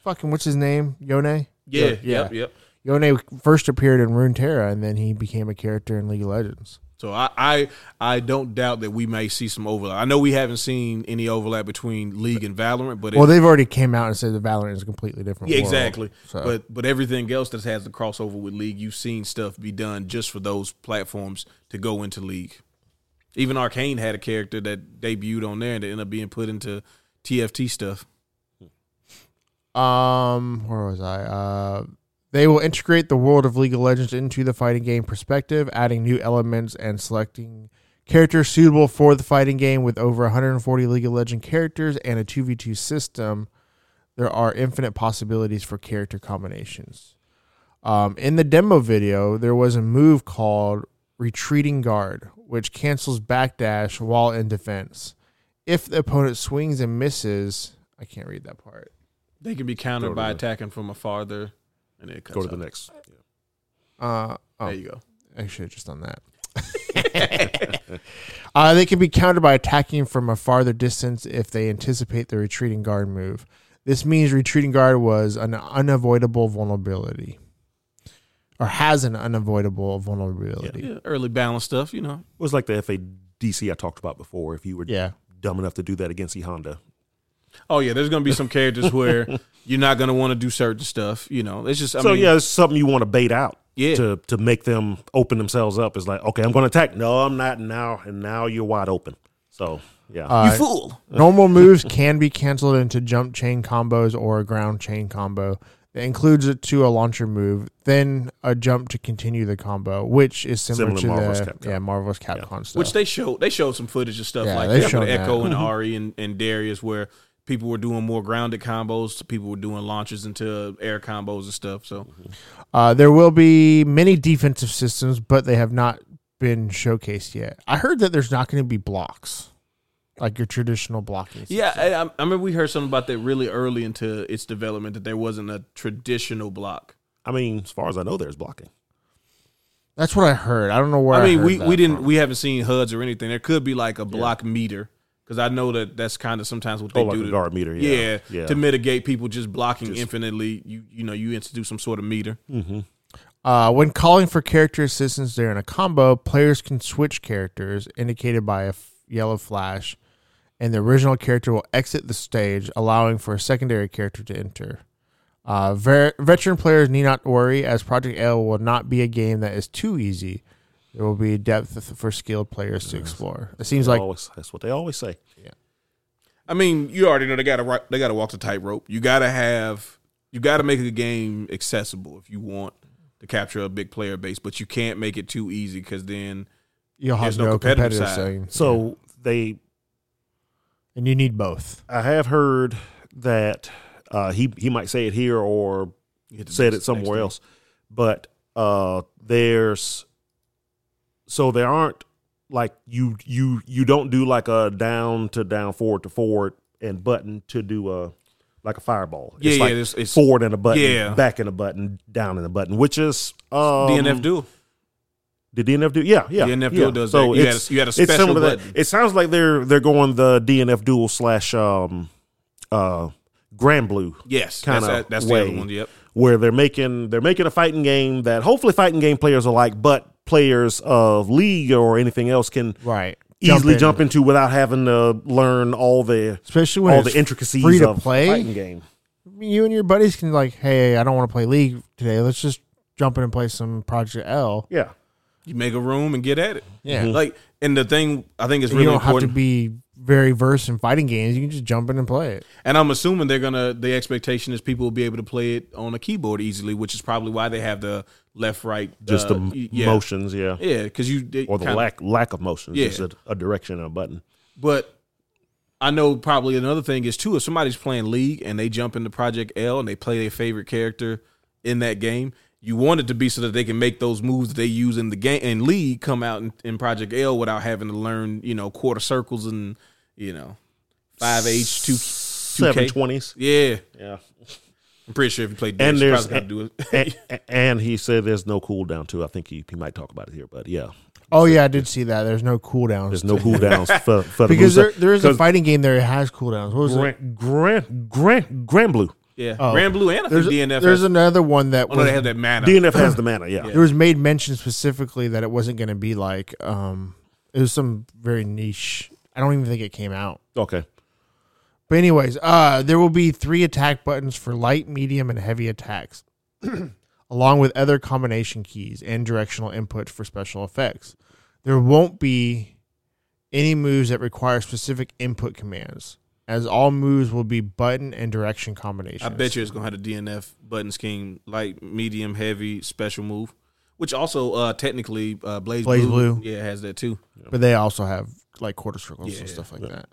Speaker 4: fucking what's his name, Yone.
Speaker 3: yeah,
Speaker 4: Yeah,
Speaker 3: yep,
Speaker 4: yeah.
Speaker 3: yep.
Speaker 4: Yone first appeared in Runeterra, and then he became a character in League of Legends.
Speaker 3: So I, I I don't doubt that we may see some overlap. I know we haven't seen any overlap between League and Valorant, but it,
Speaker 4: Well, they've already came out and said that Valorant is a completely different.
Speaker 3: Yeah,
Speaker 4: world.
Speaker 3: exactly.
Speaker 4: So-
Speaker 3: But but everything else that has the crossover with League, you've seen stuff be done just for those platforms to go into League. Even Arcane had a character that debuted on there and it ended up being put into TFT stuff.
Speaker 4: Um, where was I? Uh, they will integrate the world of League of Legends into the fighting game perspective, adding new elements and selecting characters suitable for the fighting game. With over 140 League of Legends characters and a 2v2 system, there are infinite possibilities for character combinations. Um, in the demo video, there was a move called Retreating Guard, which cancels backdash while in defense. If the opponent swings and misses, I can't read that part.
Speaker 3: They can be countered
Speaker 1: Go to
Speaker 3: by
Speaker 1: the-
Speaker 3: attacking from a farther and it cuts
Speaker 1: Go to the
Speaker 3: out.
Speaker 1: next.
Speaker 4: Uh, oh,
Speaker 3: There you go.
Speaker 4: I should have just done that. uh, they can be countered by attacking from a farther distance if they anticipate the retreating guard move. This means retreating guard was an unavoidable vulnerability, or has an unavoidable vulnerability.
Speaker 3: Yeah, early balance stuff, you know.
Speaker 1: It was like the FADC I talked about before. If you were
Speaker 4: Yeah.
Speaker 1: dumb enough to do that against E Honda,
Speaker 3: Oh yeah, there's gonna be some characters where you're not gonna want to do certain stuff, you know. It's just I
Speaker 1: so
Speaker 3: mean
Speaker 1: yeah, it's something you want to bait out.
Speaker 3: Yeah.
Speaker 1: To to make them open themselves up is like okay, I'm going to attack. No, I'm not now. And now you're wide open. So yeah,
Speaker 3: you
Speaker 4: Uh,
Speaker 3: fool.
Speaker 4: normal moves can be canceled into jump chain combos or a ground chain combo that includes it to a launcher move, then a jump to continue the combo, which is similar,
Speaker 1: Similar
Speaker 4: to
Speaker 1: Marvel's
Speaker 4: the
Speaker 1: Capcom.
Speaker 4: yeah Marvel's Capcom stuff.
Speaker 3: Which they showed they showed some footage of stuff
Speaker 4: Yeah,
Speaker 3: like
Speaker 4: they
Speaker 3: that
Speaker 4: showed
Speaker 3: with Echo
Speaker 4: that.
Speaker 3: and Ari and, and Darius where people were doing more grounded combos, people were doing launches into air combos and stuff. So
Speaker 4: Uh, there will be many defensive systems, but they have not been showcased yet. I heard that there's not going to be blocks, like your traditional blocking.
Speaker 3: yeah, I, I I remember we heard something about that really early into its development that there wasn't a traditional block.
Speaker 1: I mean, as far as I know, there's blocking.
Speaker 4: that's what I heard. I don't know where.
Speaker 3: I mean,
Speaker 4: heard
Speaker 3: we,
Speaker 4: that
Speaker 3: we didn't
Speaker 4: from.
Speaker 3: we haven't seen HUDs or anything. There could be like a block meter because I know that that's kind of sometimes what they
Speaker 1: Oh, like
Speaker 3: do
Speaker 1: a
Speaker 3: to
Speaker 1: guard meter.
Speaker 3: Yeah,
Speaker 1: Yeah, yeah.
Speaker 3: to mitigate people just blocking
Speaker 1: Just-
Speaker 3: infinitely. You you know you institute some sort of meter.
Speaker 1: mm-hmm.
Speaker 4: Uh, when calling for character assistance during a combo, players can switch characters, indicated by a f- yellow flash, and the original character will exit the stage, allowing for a secondary character to enter. Uh, ver- veteran players need not worry, as Project L will not be a game that is too easy. There will be depth for skilled players to explore. It seems like
Speaker 1: always, that's what they always say.
Speaker 3: I mean, you already know they got to they got to walk the tightrope. You got to have you got to make the game accessible if you want to capture a big player base, but you can't make it too easy because then
Speaker 4: you'll have
Speaker 3: There's
Speaker 4: no,
Speaker 3: no
Speaker 4: competitive,
Speaker 3: competitive
Speaker 4: competitive
Speaker 3: side.
Speaker 4: setting.
Speaker 1: So they
Speaker 4: and you need both.
Speaker 1: I have heard that uh, he he might say it here or
Speaker 3: you hit the
Speaker 1: said
Speaker 3: next-
Speaker 1: it somewhere
Speaker 3: next
Speaker 1: else, but uh, there's so there aren't like you you you don't do like a down to down forward to forward and button to do a like a fireball.
Speaker 3: Yeah,
Speaker 1: it's
Speaker 3: yeah,
Speaker 1: like
Speaker 3: it's- it's-
Speaker 1: forward and a button,
Speaker 3: Yeah.
Speaker 1: back and a button, down and a button, which is um,
Speaker 3: DNF duel.
Speaker 1: Did DNF do? Yeah, yeah.
Speaker 3: DNF
Speaker 1: yeah.
Speaker 3: duel does that. You had a-
Speaker 1: it's-
Speaker 3: you had a
Speaker 1: it's
Speaker 3: special
Speaker 1: similar to that.
Speaker 3: button.
Speaker 1: It sounds like they're they're going the DNF duel slash um uh Grand Blue
Speaker 3: Yes,
Speaker 1: kind
Speaker 3: that's,
Speaker 1: of
Speaker 3: that's
Speaker 1: way,
Speaker 3: the other one. Yep.
Speaker 1: where they're making they're making a fighting game that hopefully fighting game players will like, but players of League or anything else can
Speaker 4: Right.
Speaker 1: easily
Speaker 4: in.
Speaker 1: jump, into without having to learn all the
Speaker 4: Especially when
Speaker 1: all
Speaker 4: it's
Speaker 1: the intricacies
Speaker 4: free to
Speaker 1: of
Speaker 4: play.
Speaker 1: fighting game.
Speaker 4: you and your buddies can like, hey, I don't want to play League today. Let's just jump in and play some Project L.
Speaker 1: Yeah,
Speaker 3: Uh, You make a room and get at it.
Speaker 4: Yeah.
Speaker 3: Like, and the thing I think is
Speaker 4: you
Speaker 3: really
Speaker 4: don't have to
Speaker 3: important.
Speaker 4: be very versed in fighting games. You can just jump in and play it.
Speaker 3: And I'm assuming they're gonna. The expectation is people will be able to play it on a keyboard easily, which is probably why they have the left, right,
Speaker 1: just
Speaker 3: uh,
Speaker 1: the
Speaker 3: y- yeah.
Speaker 1: motions, yeah,
Speaker 3: Yeah, because you they
Speaker 1: or the
Speaker 3: kinda-
Speaker 1: lack lack of motions.
Speaker 3: Yeah.
Speaker 1: Just a, a direction and a button.
Speaker 3: But I know probably another thing is too if somebody's playing League and they jump into Project L and they play their favorite character in that game. You want it to be so that they can make those moves that they use in the game in League come out in, in Project L without having to learn, you know, quarter circles and you know, five H two.
Speaker 1: seven twenties.
Speaker 3: Yeah,
Speaker 1: Yeah,
Speaker 3: I'm pretty sure if you play, Dutch,
Speaker 1: And
Speaker 3: you
Speaker 1: there's-
Speaker 3: probably gotta do it.
Speaker 1: and, and he said there's no cooldown too. I think he, he might talk about it here, but yeah,
Speaker 4: Oh yeah, I did see that. There's no cooldowns
Speaker 1: there's no cooldowns for for the
Speaker 4: because
Speaker 1: moves.
Speaker 4: there, there is a
Speaker 1: 'Cause
Speaker 4: fighting game there that has cooldowns. What was it?
Speaker 1: Grand Grand Grand Grand Blue
Speaker 3: Yeah, Grand Blue and I think
Speaker 4: Oh. There's,
Speaker 3: DNF.
Speaker 4: there's
Speaker 3: has,
Speaker 4: another one that
Speaker 3: oh, no,
Speaker 4: was,
Speaker 3: they have that mana.
Speaker 1: DNF has the mana. Yeah,
Speaker 4: there was made mention specifically that it wasn't going to be like um it was some very niche. I don't even think it came out.
Speaker 1: okay.
Speaker 4: But anyways, uh, there will be three attack buttons for light, medium, and heavy attacks, along with other combination keys and directional input for special effects. There won't be any moves that require specific input commands, as all moves will be button and direction combinations.
Speaker 3: I bet you it's gonna have the DNF button scheme, light, medium, heavy, special move, which also uh, technically uh, Blaze,
Speaker 4: Blaze
Speaker 3: Blue,
Speaker 4: Blue.
Speaker 3: yeah, has that too.
Speaker 4: but they also have like quarter circles and
Speaker 3: Yeah,
Speaker 4: stuff like that.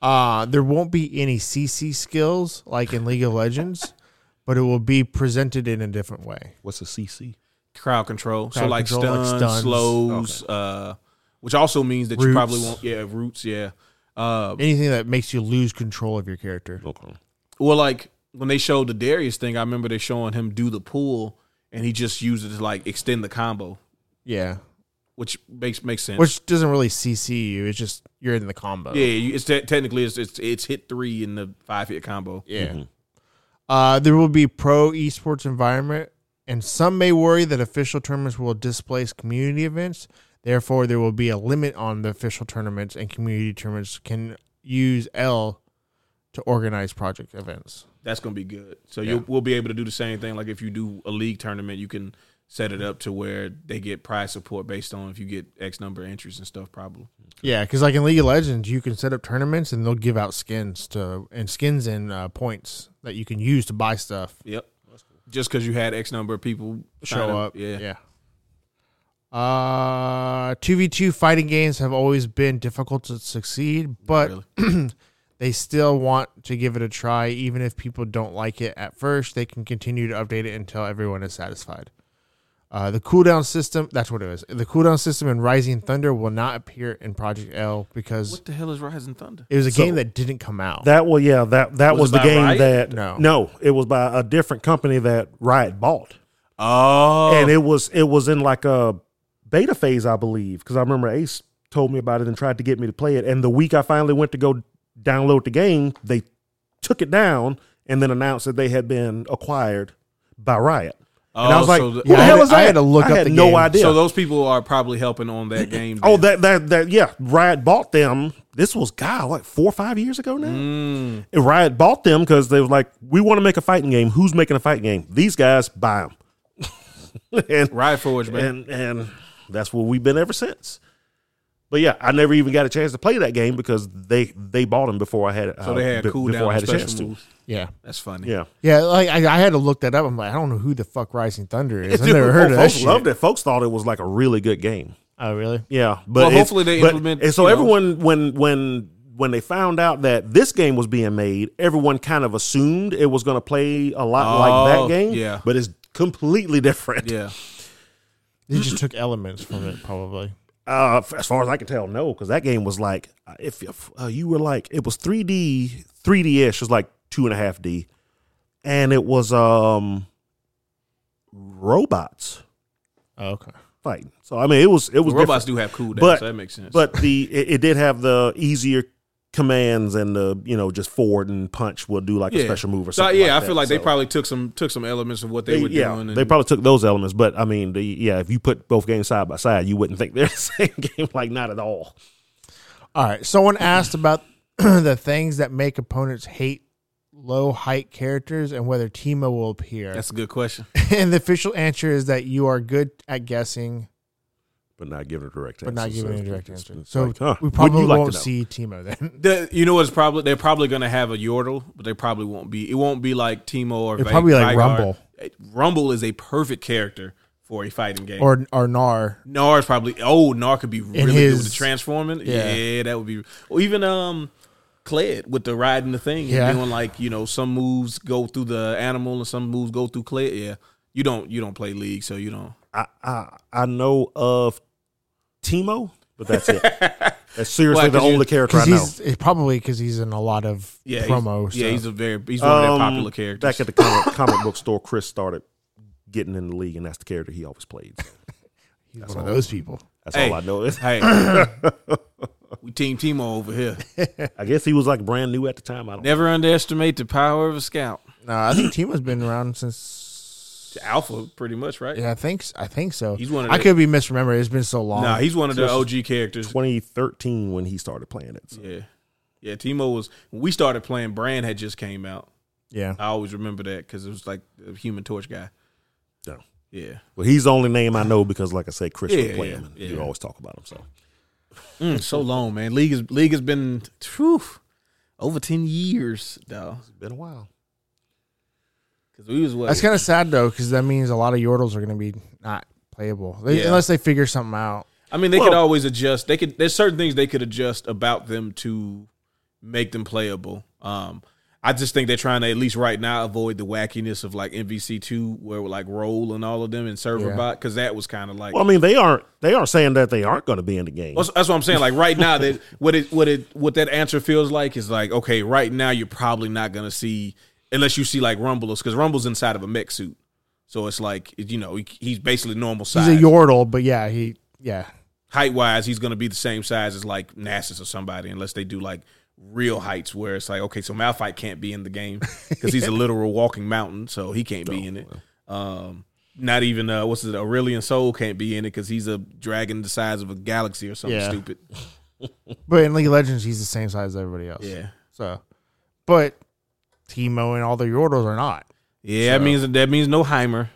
Speaker 4: Uh, there won't be any CC skills like in League of Legends, but it will be presented in a different way.
Speaker 1: What's a CC?
Speaker 3: Crowd control, so
Speaker 4: Crowd
Speaker 3: like,
Speaker 4: control, like
Speaker 3: stuns,
Speaker 4: stuns.
Speaker 3: slows, uh, which also means that you
Speaker 4: Roots.
Speaker 3: probably won't. Yeah, roots. Yeah. Uh,
Speaker 4: anything that makes you lose control of your character.
Speaker 1: Okay.
Speaker 3: well, like when they showed the Darius thing, I remember they showing him do the pull, and he just used it to like extend the combo,
Speaker 4: Yeah,
Speaker 3: which makes makes sense.
Speaker 4: which doesn't really CC you. It's just you're in the combo.
Speaker 3: yeah, you- it's te- technically it's, it's it's hit three in the five hit combo.
Speaker 4: yeah. Uh, there will be pro esports environment, and some may worry that official tournaments will displace community events. Therefore, there will be a limit on the official tournaments, and community tournaments can use L to organize project events.
Speaker 3: that's gonna be good. So
Speaker 4: Yeah.
Speaker 3: you'll we'll be able to do the same thing. Like if you do a league tournament, you can set it up to where they get prize support based on if you get X number of entries and stuff. Probably.
Speaker 4: Yeah, because like in League of Legends, you can set up tournaments, and they'll give out skins to and skins and uh, points that you can use to buy stuff.
Speaker 3: Yep. Just because you had X number of people sign
Speaker 4: show up.
Speaker 3: yeah.
Speaker 4: Yeah. Uh, 2v2 fighting games have always been difficult to succeed, but they still want to give it a try. Even if people don't like it at first, they can continue to update it until everyone is satisfied. Uh, the cooldown system, that's what it is. The cooldown system in Rising Thunder will not appear in Project L because
Speaker 3: What the hell is Rising Thunder?
Speaker 4: it was a
Speaker 1: So-
Speaker 4: game that didn't come out.
Speaker 1: That well, yeah that that
Speaker 3: Was
Speaker 1: was,
Speaker 3: it
Speaker 1: the
Speaker 3: by
Speaker 1: game
Speaker 3: Riot?
Speaker 1: that
Speaker 4: No.
Speaker 1: it was by a different company that Riot bought,
Speaker 3: Oh,
Speaker 1: and it was it was in like a beta phase, I believe, because I remember Ace told me about it and tried to get me to play it. And the week I finally went to go download the game, they took it down and then announced that they had been acquired by Riot. And I
Speaker 3: Oh,
Speaker 1: was like,
Speaker 3: so the-
Speaker 1: "Who
Speaker 4: Yeah,
Speaker 1: the
Speaker 4: I
Speaker 1: hell
Speaker 4: had-
Speaker 1: is that?"
Speaker 4: I had to look
Speaker 1: I
Speaker 4: up
Speaker 1: had
Speaker 4: the
Speaker 1: no
Speaker 4: game.
Speaker 1: idea.
Speaker 3: so those people are probably helping on that game.
Speaker 1: Oh,
Speaker 3: then.
Speaker 1: that that that yeah, Riot bought them. This was God, like four or five years ago now.
Speaker 3: Mm.
Speaker 1: And Riot bought them because they was like, we want to make a fighting game. Who's making a fighting game? These guys buy them, and
Speaker 3: Riot Forge, man.
Speaker 1: and and that's where we've been ever since. But yeah, I never even got a chance to play that game because they they bought them before I had uh,
Speaker 3: so they had
Speaker 1: be-
Speaker 3: cool
Speaker 1: before I
Speaker 3: down
Speaker 1: had a
Speaker 3: special
Speaker 1: chance to.
Speaker 3: moves.
Speaker 4: yeah.
Speaker 3: That's funny.
Speaker 1: Yeah,
Speaker 4: Yeah, like I, I had to look that up. I'm like, I don't know who the fuck Rising Thunder is. I've never
Speaker 1: Dude,
Speaker 4: heard of that
Speaker 1: folks
Speaker 4: shit.
Speaker 1: loved it. Folks thought it was like a really good game.
Speaker 4: Oh, really?
Speaker 1: Yeah, but
Speaker 3: Well,
Speaker 1: it's-
Speaker 3: hopefully they
Speaker 1: but-
Speaker 3: implement,
Speaker 1: And so
Speaker 3: you know.
Speaker 1: everyone, when when when they found out that this game was being made, everyone kind of assumed it was going to play a lot
Speaker 3: Oh,
Speaker 1: like that game.
Speaker 3: yeah.
Speaker 1: but it's completely different.
Speaker 3: Yeah.
Speaker 4: They just took elements from it, probably.
Speaker 1: Uh, f- as far as I can tell, no, because that game was like uh, if, if uh, you were like it was three D, three D ish, it was like two and a half D, and it was um robots
Speaker 2: Oh, okay.
Speaker 1: fighting. So I mean, it was it was
Speaker 3: robots do have cool
Speaker 1: But-
Speaker 3: so that makes sense.
Speaker 1: but the it, it did have the easier commands and the you know just forward and punch will do like a
Speaker 3: Yeah.
Speaker 1: special move or
Speaker 3: so,
Speaker 1: something.
Speaker 3: yeah,
Speaker 1: like
Speaker 3: I feel like
Speaker 1: that,
Speaker 3: they
Speaker 1: so.
Speaker 3: probably took some took some elements of what they, were
Speaker 1: yeah,
Speaker 3: doing.
Speaker 1: they
Speaker 3: and-
Speaker 1: probably took those elements, but I mean, the, yeah, if you put both games side by side, you wouldn't think they're the same game. Like, not at all.
Speaker 4: All right. Someone asked about the things that make opponents hate low height characters and whether Timo will appear.
Speaker 3: that's a good question.
Speaker 4: and the official answer is that you are good at guessing,
Speaker 1: But not giving a direct answer.
Speaker 4: but not giving
Speaker 1: so
Speaker 4: a direct
Speaker 1: it's-
Speaker 4: answer.
Speaker 1: it's
Speaker 4: So
Speaker 1: like, huh,
Speaker 4: we
Speaker 1: would
Speaker 4: probably
Speaker 1: you like to
Speaker 4: won't
Speaker 1: know?
Speaker 4: see Timo then.
Speaker 3: The- you know what's probably they're probably going to have a Yordle, but they probably won't be. It won't be like Timo or
Speaker 4: It'll
Speaker 3: Vi-
Speaker 4: probably be like
Speaker 3: Vygar.
Speaker 4: Rumble.
Speaker 3: Eh, Rumble is a perfect character for a fighting game. Or
Speaker 4: or or Nar.
Speaker 3: Nar is probably oh Nar could be really good with
Speaker 4: his-
Speaker 3: the transforming.
Speaker 4: yeah.
Speaker 3: Yeah. that would be. Or even um, Cled with the riding the thing. and
Speaker 4: Yeah.
Speaker 3: doing like you know some moves go through the animal and some moves go through Cled. Yeah, you don't you don't play League, so you don't.
Speaker 1: I, I, I know of Timo, but that's it. That's seriously
Speaker 3: Why,
Speaker 1: the
Speaker 3: 'cause you-
Speaker 1: only character I
Speaker 4: Because
Speaker 1: know.
Speaker 4: he's it's probably because he's in a lot of
Speaker 3: Yeah, he's-
Speaker 4: promos.
Speaker 3: Yeah, he's a very he's one of
Speaker 1: Um,
Speaker 3: their popular characters.
Speaker 1: Back at the comic, comic book store, Chris started getting in the league, and that's the character he always played.
Speaker 4: he's one of those people.
Speaker 1: That's
Speaker 3: Hey.
Speaker 1: all I know.
Speaker 3: hey, we team Timo over here.
Speaker 1: I guess he was like brand new at the time. I don't
Speaker 3: Never underestimate the power of a scout.
Speaker 4: No, I think Timo's been around since.
Speaker 3: Alpha, pretty much, right?
Speaker 4: Yeah, I think s- I think so.
Speaker 3: He's one of
Speaker 4: I
Speaker 3: the-
Speaker 4: could be misremembering. It's been so long.
Speaker 3: Nah, he's one of the OG characters.
Speaker 1: 2013 when he started playing it. So.
Speaker 3: Yeah, yeah. Timo was when we started playing. Brand had just came out.
Speaker 4: yeah,
Speaker 3: I always remember that because it was like the Human Torch guy.
Speaker 1: No.
Speaker 3: Yeah,
Speaker 1: Well, he's the only name I know because, like I said, Chris
Speaker 3: Yeah,
Speaker 1: would play
Speaker 3: yeah,
Speaker 1: him, and
Speaker 3: yeah.
Speaker 1: you always talk about him. So
Speaker 3: Mm, so long, man. League is league has been whew, over ten years though.
Speaker 1: it's been a while.
Speaker 3: Because we was what
Speaker 4: that's kind of sad though, because that means a lot of Yordles are going to be not playable They-
Speaker 3: Yeah.
Speaker 4: unless they figure something out.
Speaker 3: I mean, they could
Speaker 1: Well-
Speaker 3: always adjust. They could. There's certain things they could adjust about them to make them playable. Um, I just think they're trying to at least right now avoid the wackiness of like MVC two, where like roll and all of them and server
Speaker 4: Yeah.
Speaker 3: bot, because that was kind of like.
Speaker 1: Well, I mean, they aren't they aren't saying that they aren't going to be in the game.
Speaker 3: that's that's what I'm saying. Like right now, that what it what it what that answer feels like is like okay. Right now, you're probably not gonna see unless you see like Rumbles because Rumble's inside of a mech suit, so it's like you know he, he's basically normal size.
Speaker 4: He's a Yordle, but yeah, he yeah
Speaker 3: height wise, he's going to be the same size as like Nasus or somebody, unless they do like real heights where it's like, okay, so Malphite can't be in the game because he's a literal walking mountain, so he can't be in it. Um, not even uh, what's it, Aurelian Soul can't be in it because he's a dragon the size of a galaxy or something
Speaker 4: Yeah.
Speaker 3: stupid.
Speaker 4: But in League of Legends, he's the same size as everybody else.
Speaker 3: Yeah.
Speaker 4: So, but Timo and all the Yordles are not.
Speaker 3: Yeah, that means that means no Heimer.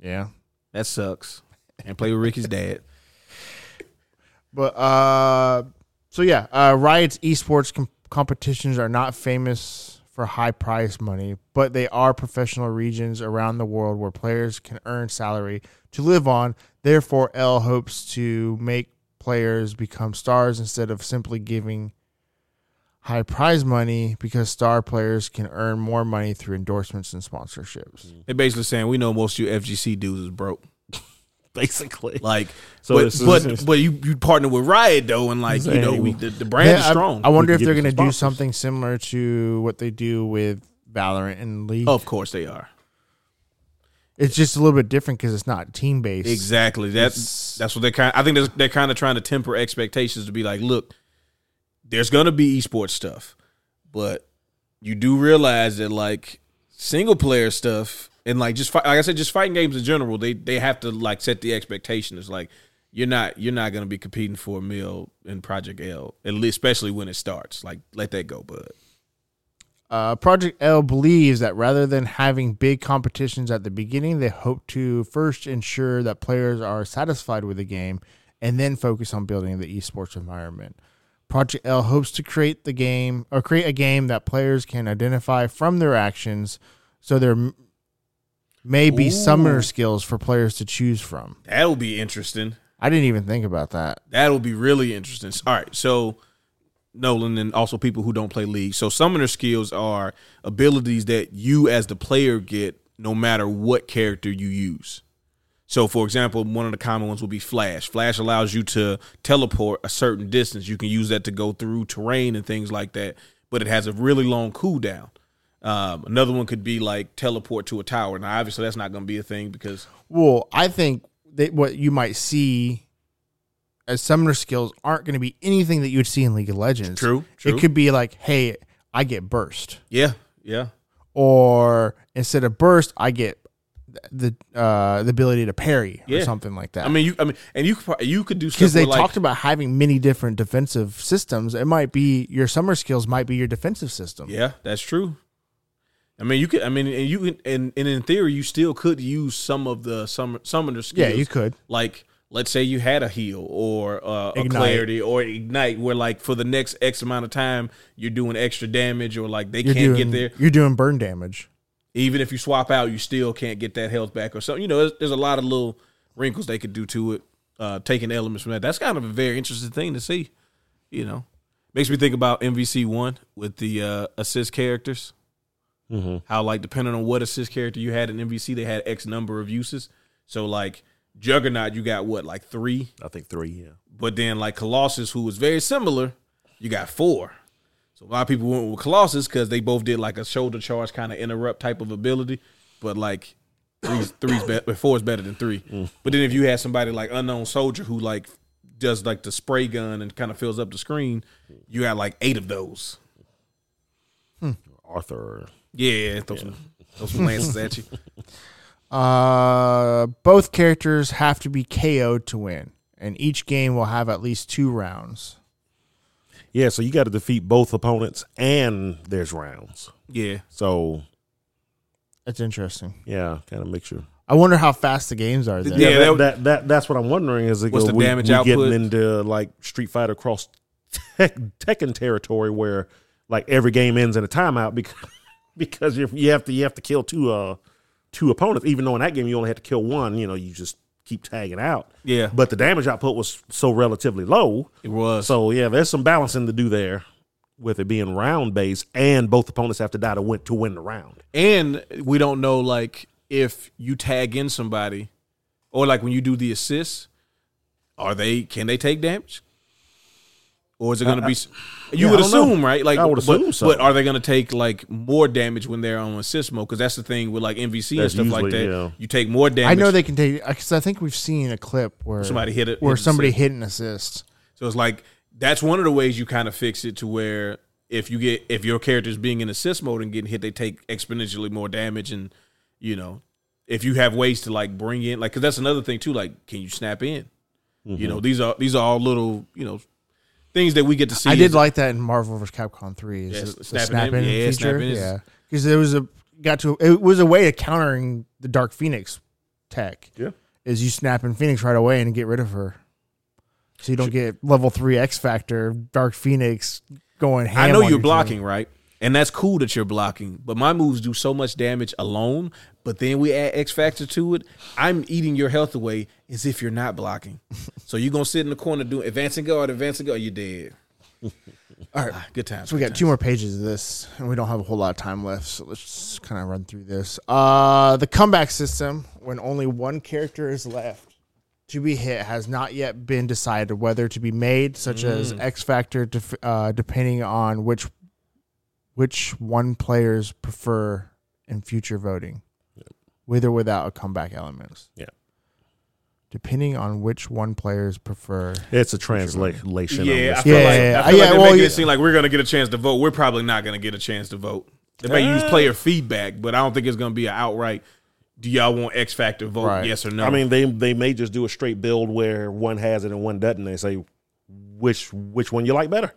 Speaker 4: Yeah.
Speaker 3: That sucks. And play with Ricky's dad.
Speaker 4: But uh, so yeah, uh, Riot's esports com- competitions are not famous for high prize money, but they are professional regions around the world where players can earn salary to live on. Therefore, L hopes to make players become stars instead of simply giving high prize money because star players can earn more money through endorsements and sponsorships.
Speaker 1: Mm-hmm.
Speaker 3: They're basically saying we know most of you FGC dudes is broke.
Speaker 1: basically,
Speaker 3: Like,
Speaker 1: So
Speaker 3: but
Speaker 1: this is-
Speaker 3: but, but you you partner with Riot though, and like you know we, the, the brand
Speaker 4: Yeah,
Speaker 3: is
Speaker 4: I-
Speaker 3: strong.
Speaker 4: I, wonder
Speaker 1: We
Speaker 4: if
Speaker 1: can
Speaker 4: they're
Speaker 1: get
Speaker 4: going to
Speaker 1: some
Speaker 4: do
Speaker 1: sponsors.
Speaker 4: something similar to what they do with Valorant and League.
Speaker 3: of course they are.
Speaker 4: It's just a little bit different because it's not team based.
Speaker 3: Exactly. That's that's what they're kind. I think they're, they're kind of trying to temper expectations to be like, look, there's gonna be esports stuff, but you do realize that like single player stuff and like just fi- like I said, just fighting games in general, they they have to like set the expectation. It's like you're not you're not gonna be competing for a meal in Project L, at least especially when it starts. Like let that go, bud.
Speaker 4: Uh, Project L believes that rather than having big competitions at the beginning, they hope to first ensure that players are satisfied with the game and then focus on building the esports environment. Project L hopes to create the game or create a game that players can identify from their actions so there m- may be
Speaker 3: Ooh.
Speaker 4: summoner skills for players to choose from.
Speaker 3: That'll be interesting.
Speaker 4: I didn't even think about that.
Speaker 3: That'll be really interesting. All right, so Nolan and also people who don't play league. So summoner skills are abilities that you as the player get no matter what character you use. So, for example, one of the common ones will be Flash. Flash allows you to teleport a certain distance. You can use that to go through terrain and things like that, but it has a really long cooldown. Um, another one could be like teleport to a tower. Now, obviously, that's not going to be a thing because
Speaker 4: Well, I think that what you might see as summoner skills aren't going to be anything that you would see in League of Legends.
Speaker 3: True, true.
Speaker 4: It could be like, hey, I get burst,
Speaker 3: yeah, yeah,
Speaker 4: or instead of burst, I get th- the uh, the ability to parry
Speaker 3: Yeah.
Speaker 4: or something like that.
Speaker 3: I mean, you, I mean, and you could pro- you could do stuff
Speaker 4: because they
Speaker 3: where, like,
Speaker 4: talked about having many different defensive systems, it might be your summer skills might be your defensive system.
Speaker 3: Yeah, that's true. I mean, you could. I mean, and you can, and, and in theory, you still could use some of the summer, summoner
Speaker 4: Yeah,
Speaker 3: skills.
Speaker 4: you could.
Speaker 3: Like, let's say you had a heal or uh, a
Speaker 4: Ignite.
Speaker 3: clarity or ignite, where like for the next X amount of time, you're doing extra damage, or like they
Speaker 4: You're
Speaker 3: can't get
Speaker 4: doing
Speaker 3: there.
Speaker 4: you're doing burn damage.
Speaker 3: Even if you swap out, you still can't get that health back or something. You know, there's, there's a lot of little wrinkles they could do to it, uh, taking elements from that. That's kind of a very interesting thing to see. You know, makes me think about MVC one with the uh, assist characters
Speaker 1: Mm-hmm.
Speaker 3: how like depending on what assist character you had in MVC, they had X number of uses. So like Juggernaut, you got what like three,
Speaker 1: I think three. Yeah.
Speaker 3: but then like Colossus, who was very similar, you got four. So a lot of people went with Colossus because they both did like a shoulder charge kind of interrupt type of ability, but like three's three's better, four is better than three. But then if you had somebody like Unknown Soldier who like does like the spray gun and kind of fills up the screen, you got like eight of those.
Speaker 1: Arthur.
Speaker 3: Yeah, throw some throw some lances at you.
Speaker 4: Uh, both characters have to be KO'd to win, and each game will have at least two rounds.
Speaker 1: Yeah. So you got to defeat both opponents, and there's rounds.
Speaker 3: Yeah.
Speaker 1: So
Speaker 4: That's interesting.
Speaker 1: yeah, kind of mixture.
Speaker 4: I wonder how fast the games are. There.
Speaker 3: Yeah,
Speaker 1: Yeah,
Speaker 3: that
Speaker 1: that,
Speaker 3: would-
Speaker 1: that, that, that's what I'm wondering is it
Speaker 3: What's
Speaker 1: goes,
Speaker 3: the
Speaker 1: we,
Speaker 3: damage
Speaker 1: we
Speaker 3: output?
Speaker 1: getting into like Street Fighter cross tech, Tekken territory where like every game ends in a timeout because because you you have to you have to kill two uh two opponents even though in that game you only had to kill one you know you just keep tagging out
Speaker 3: Yeah.
Speaker 1: but the damage output was so relatively low
Speaker 3: It was.
Speaker 1: so yeah there's some balancing to do there with it being round based and both opponents have to die to win to win the round
Speaker 3: and we don't know like if you tag in somebody or like when you do the assist are they can they take damage or is it going to be you
Speaker 1: yeah,
Speaker 3: would
Speaker 1: I don't know.
Speaker 3: assume right like
Speaker 1: I would assume
Speaker 3: but,
Speaker 1: so.
Speaker 3: but are they going to take like more damage when they're on assist mode because that's the thing with like mvc
Speaker 1: That's
Speaker 3: and stuff like
Speaker 1: usually,
Speaker 3: that
Speaker 1: yeah.
Speaker 3: you take more damage
Speaker 4: I know they can take because I think we've seen a clip where
Speaker 3: Somebody hit it-
Speaker 4: where
Speaker 3: hit an
Speaker 4: somebody
Speaker 3: assist.
Speaker 4: hit an assist.
Speaker 3: So it's like that's one of the ways you kind of fix it to where if you get if your character's being in assist mode and getting hit, they take exponentially more damage, and you know if you have ways to like bring in like because that's another thing too. Like, can you snap in? You
Speaker 4: Mm-hmm.
Speaker 3: know, these are these are all little you know things that we get to see.
Speaker 4: I did
Speaker 3: as-
Speaker 4: like that in Marvel vs. Capcom Three.
Speaker 3: Yeah,
Speaker 4: Is the,
Speaker 3: snapping
Speaker 4: the snap
Speaker 3: in.
Speaker 4: in,
Speaker 3: Yeah,
Speaker 4: feature?
Speaker 3: snapping is-
Speaker 4: yeah, because there was a got to it was a way of countering the Dark Phoenix tech.
Speaker 1: Yeah.
Speaker 4: is you snap in Phoenix right away and get rid of her, so you don't get level three X Factor Dark Phoenix going. Ham
Speaker 3: I know
Speaker 4: on
Speaker 3: you're
Speaker 4: you.
Speaker 3: blocking, right? And that's cool that you're blocking, but my moves do so much damage alone. But then we add X Factor to it. I'm eating your health away as if you're not blocking. so you're gonna sit in the corner doing advancing guard, advancing guard. You're dead. All right, good times.
Speaker 4: So we
Speaker 3: good
Speaker 4: got two more pages of this, and we don't have a whole lot of time left. So let's just kind of run through this. Uh, the comeback system, when only one character is left to be hit, has not yet been decided whether to be made, such as X Factor, def- uh, depending on which which one players prefer in future voting, with or without a comeback element.
Speaker 1: Yeah.
Speaker 4: Depending on which one players prefer.
Speaker 1: it's a translation
Speaker 3: times. Yeah, I
Speaker 1: of
Speaker 3: feel like, I feel
Speaker 4: Yeah, yeah, yeah.
Speaker 3: like
Speaker 4: Yeah,
Speaker 3: they're
Speaker 4: well,
Speaker 3: making
Speaker 4: yeah.
Speaker 3: it seem like we're gonna get a chance to vote. We're probably not gonna get a chance to vote. They may
Speaker 4: Uh,
Speaker 3: use player feedback, but I don't think it's gonna be an outright. Do y'all want X Factor vote?
Speaker 4: Right.
Speaker 3: Yes or no?
Speaker 1: I mean, they they may just do a straight build where one has it and one doesn't. They say which which one you like better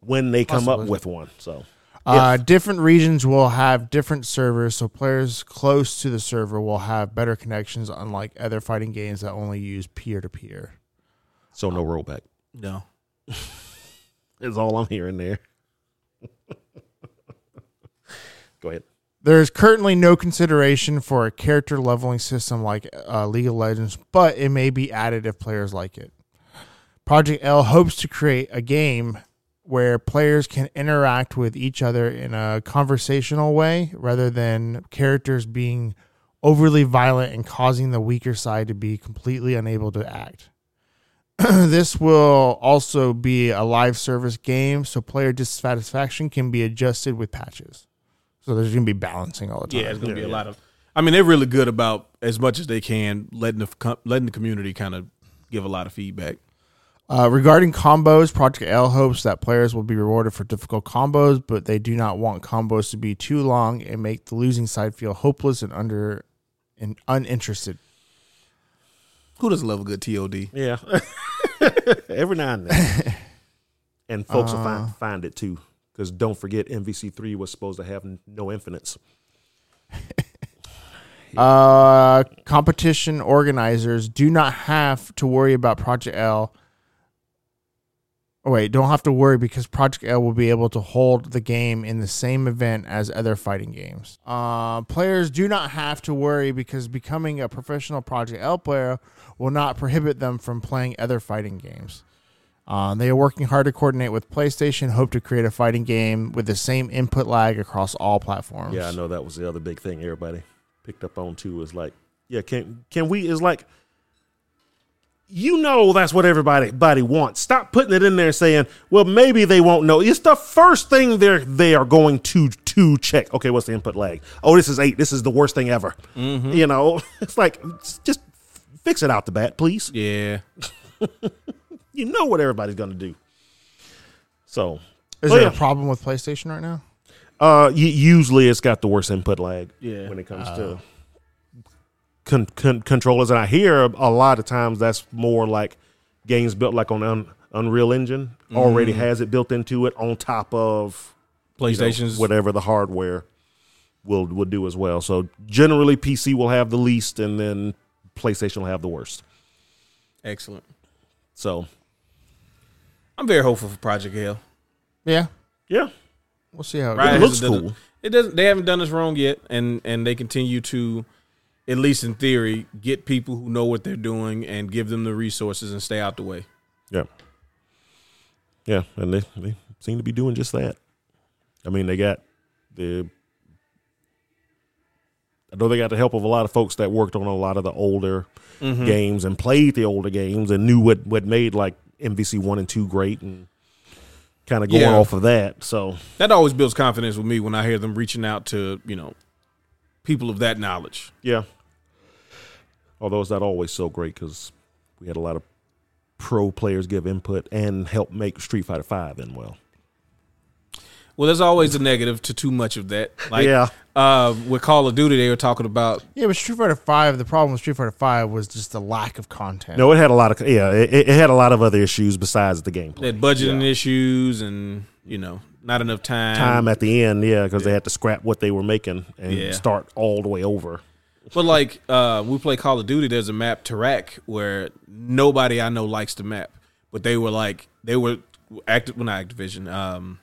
Speaker 1: when they come up with one. So
Speaker 4: Uh, different regions will have different servers, so players close to the server will have better connections, unlike other fighting games that only use peer to peer.
Speaker 1: so no rollback
Speaker 3: no.
Speaker 1: is all I'm hearing there. Go ahead.
Speaker 4: There is currently no consideration for a character leveling system like uh, League of Legends, but it may be added if players like it. Project L hopes to create a game where players can interact with each other in a conversational way rather than characters being overly violent and causing the weaker side to be completely unable to act. this will also be a live service game, so player dissatisfaction can be adjusted with patches. So there's going to be balancing all the time.
Speaker 3: Yeah, it's gonna be
Speaker 1: Yeah,
Speaker 3: a
Speaker 1: yeah.
Speaker 3: lot of. I mean, they're really good about as much as they can letting the com- letting the community kind of give a lot of feedback.
Speaker 4: Uh, regarding combos, Project L hopes that players will be rewarded for difficult combos, but they do not want combos to be too long and make the losing side feel hopeless and under and uninterested.
Speaker 3: Who doesn't love a good TOD?
Speaker 1: Yeah. Every now and then. Uh-huh. And folks will find, find it too. Because don't forget, MVC3 was supposed to have n- no infinites.
Speaker 4: Uh, competition organizers do not have to worry about Project L. Oh, wait, don't have to worry because Project L will be able to hold the game in the same event as other fighting games. Uh, players do not have to worry because becoming a professional Project L player will not prohibit them from playing other fighting games. Uh, they are working hard to coordinate with PlayStation, hope to create a fighting game with the same input lag across all platforms.
Speaker 1: Yeah, I know that was the other big thing everybody picked up on too. Was like, yeah, can can we? Is like, you know, that's what everybody body wants. Stop putting it in there saying, well, maybe they won't know. It's the first thing they're they are going to to check. Okay, what's the input lag? Oh, this is eight. This is the worst thing ever. Mm-hmm. You know, it's like s- just fix it out the bat, please.
Speaker 3: Yeah,
Speaker 1: You know what everybody's going to do. So,
Speaker 4: Is
Speaker 1: Oh,
Speaker 4: there
Speaker 1: yeah.
Speaker 4: a problem with PlayStation right now?
Speaker 1: Uh, y- usually it's got the worst input lag.
Speaker 3: Yeah.
Speaker 1: when it comes to con- con- controllers, and I hear a lot of times that's more like games built like on un- Unreal Engine already has it built into it on top of you know,
Speaker 3: PlayStation's
Speaker 1: whatever the hardware will will do as well. So generally, PC will have the least, and then PlayStation will have the worst.
Speaker 3: excellent.
Speaker 1: So
Speaker 3: I'm very hopeful for Project Hell.
Speaker 4: Yeah,
Speaker 1: yeah,
Speaker 4: we'll see how it
Speaker 3: Right.
Speaker 1: it looks
Speaker 4: goes.
Speaker 3: doesn't-
Speaker 1: cool.
Speaker 3: It doesn't. They haven't done us wrong yet, and and they continue to, at least in theory, get people who know what they're doing and give them the resources and stay out the way.
Speaker 1: Yeah. Yeah, and they, they seem to be doing just that. I mean, they got the. I know they got the help of a lot of folks that worked on a lot of the older games and played the older games and knew what, what made like MVC one and two great and kind of going
Speaker 3: Yeah.
Speaker 1: off of that. So
Speaker 3: That always builds confidence with me when I hear them reaching out to you know, people of that knowledge.
Speaker 1: yeah. Although it's not always so great because we had a lot of pro players give input and help make Street Fighter Five in well.
Speaker 3: Well, there's always a negative to too much of that. Like,
Speaker 1: Yeah.
Speaker 3: Uh, with Call of Duty, they were talking about
Speaker 4: Yeah, but Street Fighter Five. The problem with Street Fighter Five was just the lack of content.
Speaker 1: No, it had a lot of yeah. It, it had a lot of other issues besides the gameplay.
Speaker 3: that budgeting issues and you know not enough time.
Speaker 1: Time at the end, yeah, because they had to scrap what they were making and
Speaker 3: Yeah.
Speaker 1: start all the way over.
Speaker 3: But like uh, we play Call of Duty, there's a map Tarak where nobody I know likes the map, but they were like they were active well not Activision, um,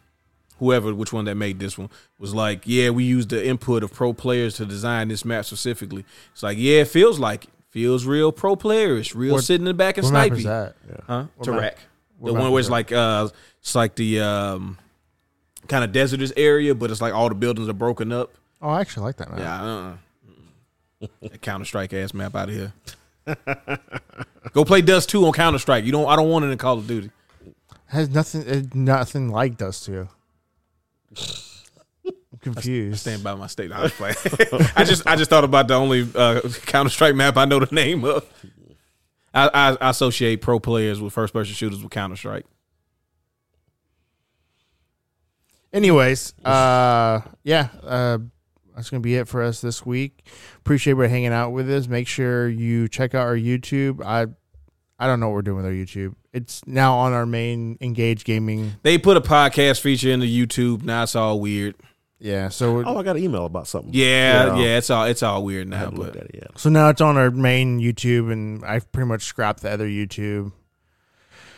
Speaker 3: whoever which one that made this one was like, yeah, we used the input of pro players to design this map specifically. It's like yeah, it feels like it feels real pro playerish, real
Speaker 4: What-
Speaker 3: sitting in the back and
Speaker 4: what map is
Speaker 3: sniping,
Speaker 4: that?
Speaker 3: huh?
Speaker 4: map-
Speaker 3: Tarak,
Speaker 4: what
Speaker 3: the one
Speaker 4: map is
Speaker 3: where it's
Speaker 4: that?
Speaker 3: like uh, it's like the um, kind of desertous area, but it's like all the buildings are broken up.
Speaker 4: Oh, I actually like that map.
Speaker 3: Yeah, uh-uh. Counter Strike ass map out of here. Go play Dust Two on Counter Strike. You don't. I don't want it in Call of Duty.
Speaker 4: It has nothing. It, nothing like Dust Two. I'm confused.
Speaker 3: Stand by my state. I was playing. I just. I just thought about the only uh, Counter Strike map I know the name of. I, I, I associate pro players with first person shooters with Counter Strike.
Speaker 4: Anyways, uh, yeah, uh, that's gonna be it for us this week. Appreciate you hanging out with us. Make sure you check out our YouTube. I, I don't know what we're doing with our YouTube. It's now on our main Engage Gaming.
Speaker 3: They put a podcast feature into YouTube. Now it's all weird.
Speaker 4: Yeah, so
Speaker 1: Oh, I got an email about something.
Speaker 3: Yeah, yeah.
Speaker 1: Yeah.
Speaker 3: it's all it's all weird
Speaker 1: I
Speaker 3: now.
Speaker 1: haven't
Speaker 3: But
Speaker 1: looked at it yet.
Speaker 4: So now it's on our main YouTube, and I've pretty much scrapped the other YouTube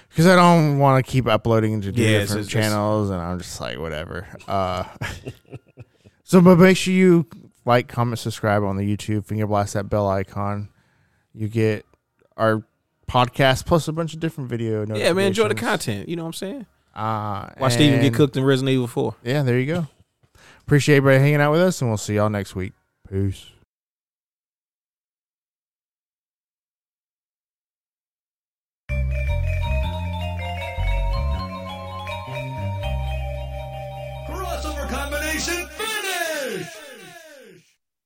Speaker 4: because I don't want to keep uploading into two
Speaker 3: Yeah, it's-
Speaker 4: different
Speaker 3: it's- it's-
Speaker 4: channels, and I'm just like, whatever. Uh, so, but make sure you like, comment, subscribe on the YouTube, finger blast that bell icon. You get our podcast plus a bunch of different video.
Speaker 3: yeah, man, enjoy the
Speaker 4: notifications.
Speaker 3: content. You know what I'm saying?
Speaker 4: Uh,
Speaker 3: Watch Steven get
Speaker 4: and-
Speaker 3: cooked in Resident Evil Four.
Speaker 4: Yeah, there you go. Appreciate everybody hanging out with us, and we'll see y'all next week. Peace.
Speaker 5: Nation